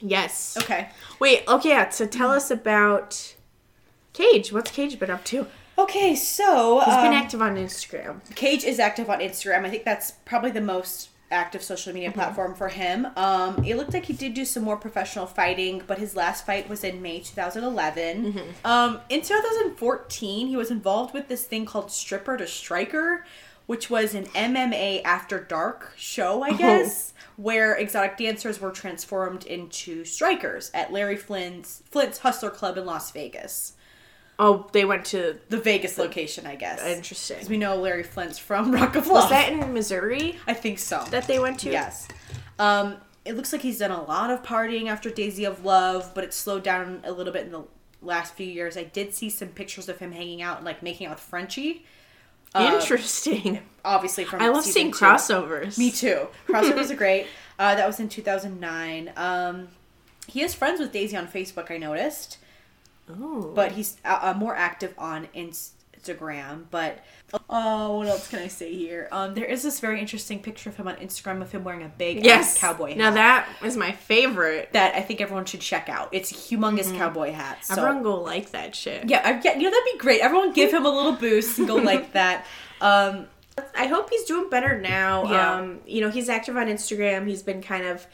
A: Yes.
B: Okay.
A: Wait. Okay. Yeah. So tell us about Cage. What's Cage been up to? He's
B: Okay, so um,
A: been active on Instagram.
B: Cage is active on Instagram. I think that's probably the most active social media platform for him. Um, it looked like he did do some more professional fighting, but his last fight was in May 2011. Um, in 2014, he was involved with this thing called Stripper to Striker, which was an MMA after dark show, I guess, where exotic dancers were transformed into strikers at Larry Flynn's Flint's Hustler Club in Las Vegas.
A: Oh, they went to
B: The Vegas location, I guess.
A: Interesting.
B: Because we know Larry Flint's from Rock of
A: was
B: Love.
A: that in Missouri
B: I think so.
A: that they went to?
B: Yes. Um, it looks like he's done a lot of partying after Daisy of Love, but it slowed down a little bit in the last few years. I did see some pictures of him hanging out and like making out with Frenchie.
A: Uh, Interesting.
B: Obviously, from
A: I love
B: season
A: seeing
B: two.
A: crossovers.
B: Me too. Crossovers are great. Uh, that was in 2009. Um, he is friends with Daisy on Facebook. I noticed.
A: Oh.
B: but he's uh, uh, more active on Instagram. But oh, what else can I say here? Um, there is this very interesting picture of him on Instagram of him wearing a big
A: yes,
B: ass cowboy hat
A: Now that is my favorite.
B: that I think everyone should check out. It's a humongous cowboy hat. So
A: Mm-hmm. Everyone go like that shit.
B: yeah, I, yeah, you know that'd be great. Everyone give him a little boost and go like that. Um,
A: I hope he's doing better now.
B: Yeah.
A: Um, you know, he's active on Instagram. He's been kind of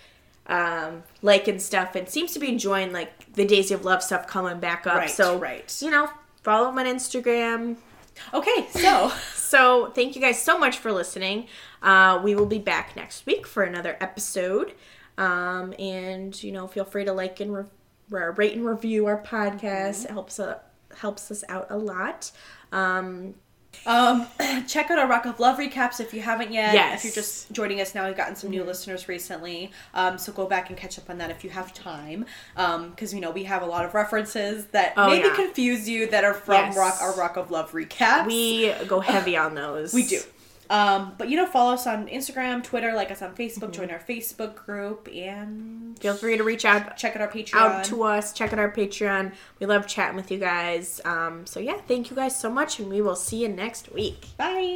A: um, liking stuff and seems to be enjoying like the Daisy of Love stuff coming back up.
B: Right,
A: so
B: right.
A: you know, follow him on Instagram.
B: okay, so
A: So thank you guys so much for listening. Uh, we will be back next week for another episode. Um, and you know, feel free to like and re- re- rate and review our podcast.
B: Mm-hmm.
A: It helps uh, helps us out a lot. Um,
B: Um, check out our Rock of Love recaps if you haven't yet.
A: Yes. Mm-hmm.
B: If you're just joining us now, we've gotten some new listeners recently. Um, so go back and catch up on that if you have time. Um, because you know we have a lot of references that
A: Oh,
B: maybe
A: yeah.
B: confuse you that are from
A: Yes.
B: Rock our Rock of Love recaps.
A: we go heavy on those.
B: we do. Um, but you know, follow us on Instagram, Twitter, like us on Facebook, join our Facebook group, and
A: Feel free to reach out
B: check out our Patreon.
A: out to us. Check out our Patreon. We love chatting with you guys. Um, so yeah, thank you guys so much, and we will see you next week.
B: Bye.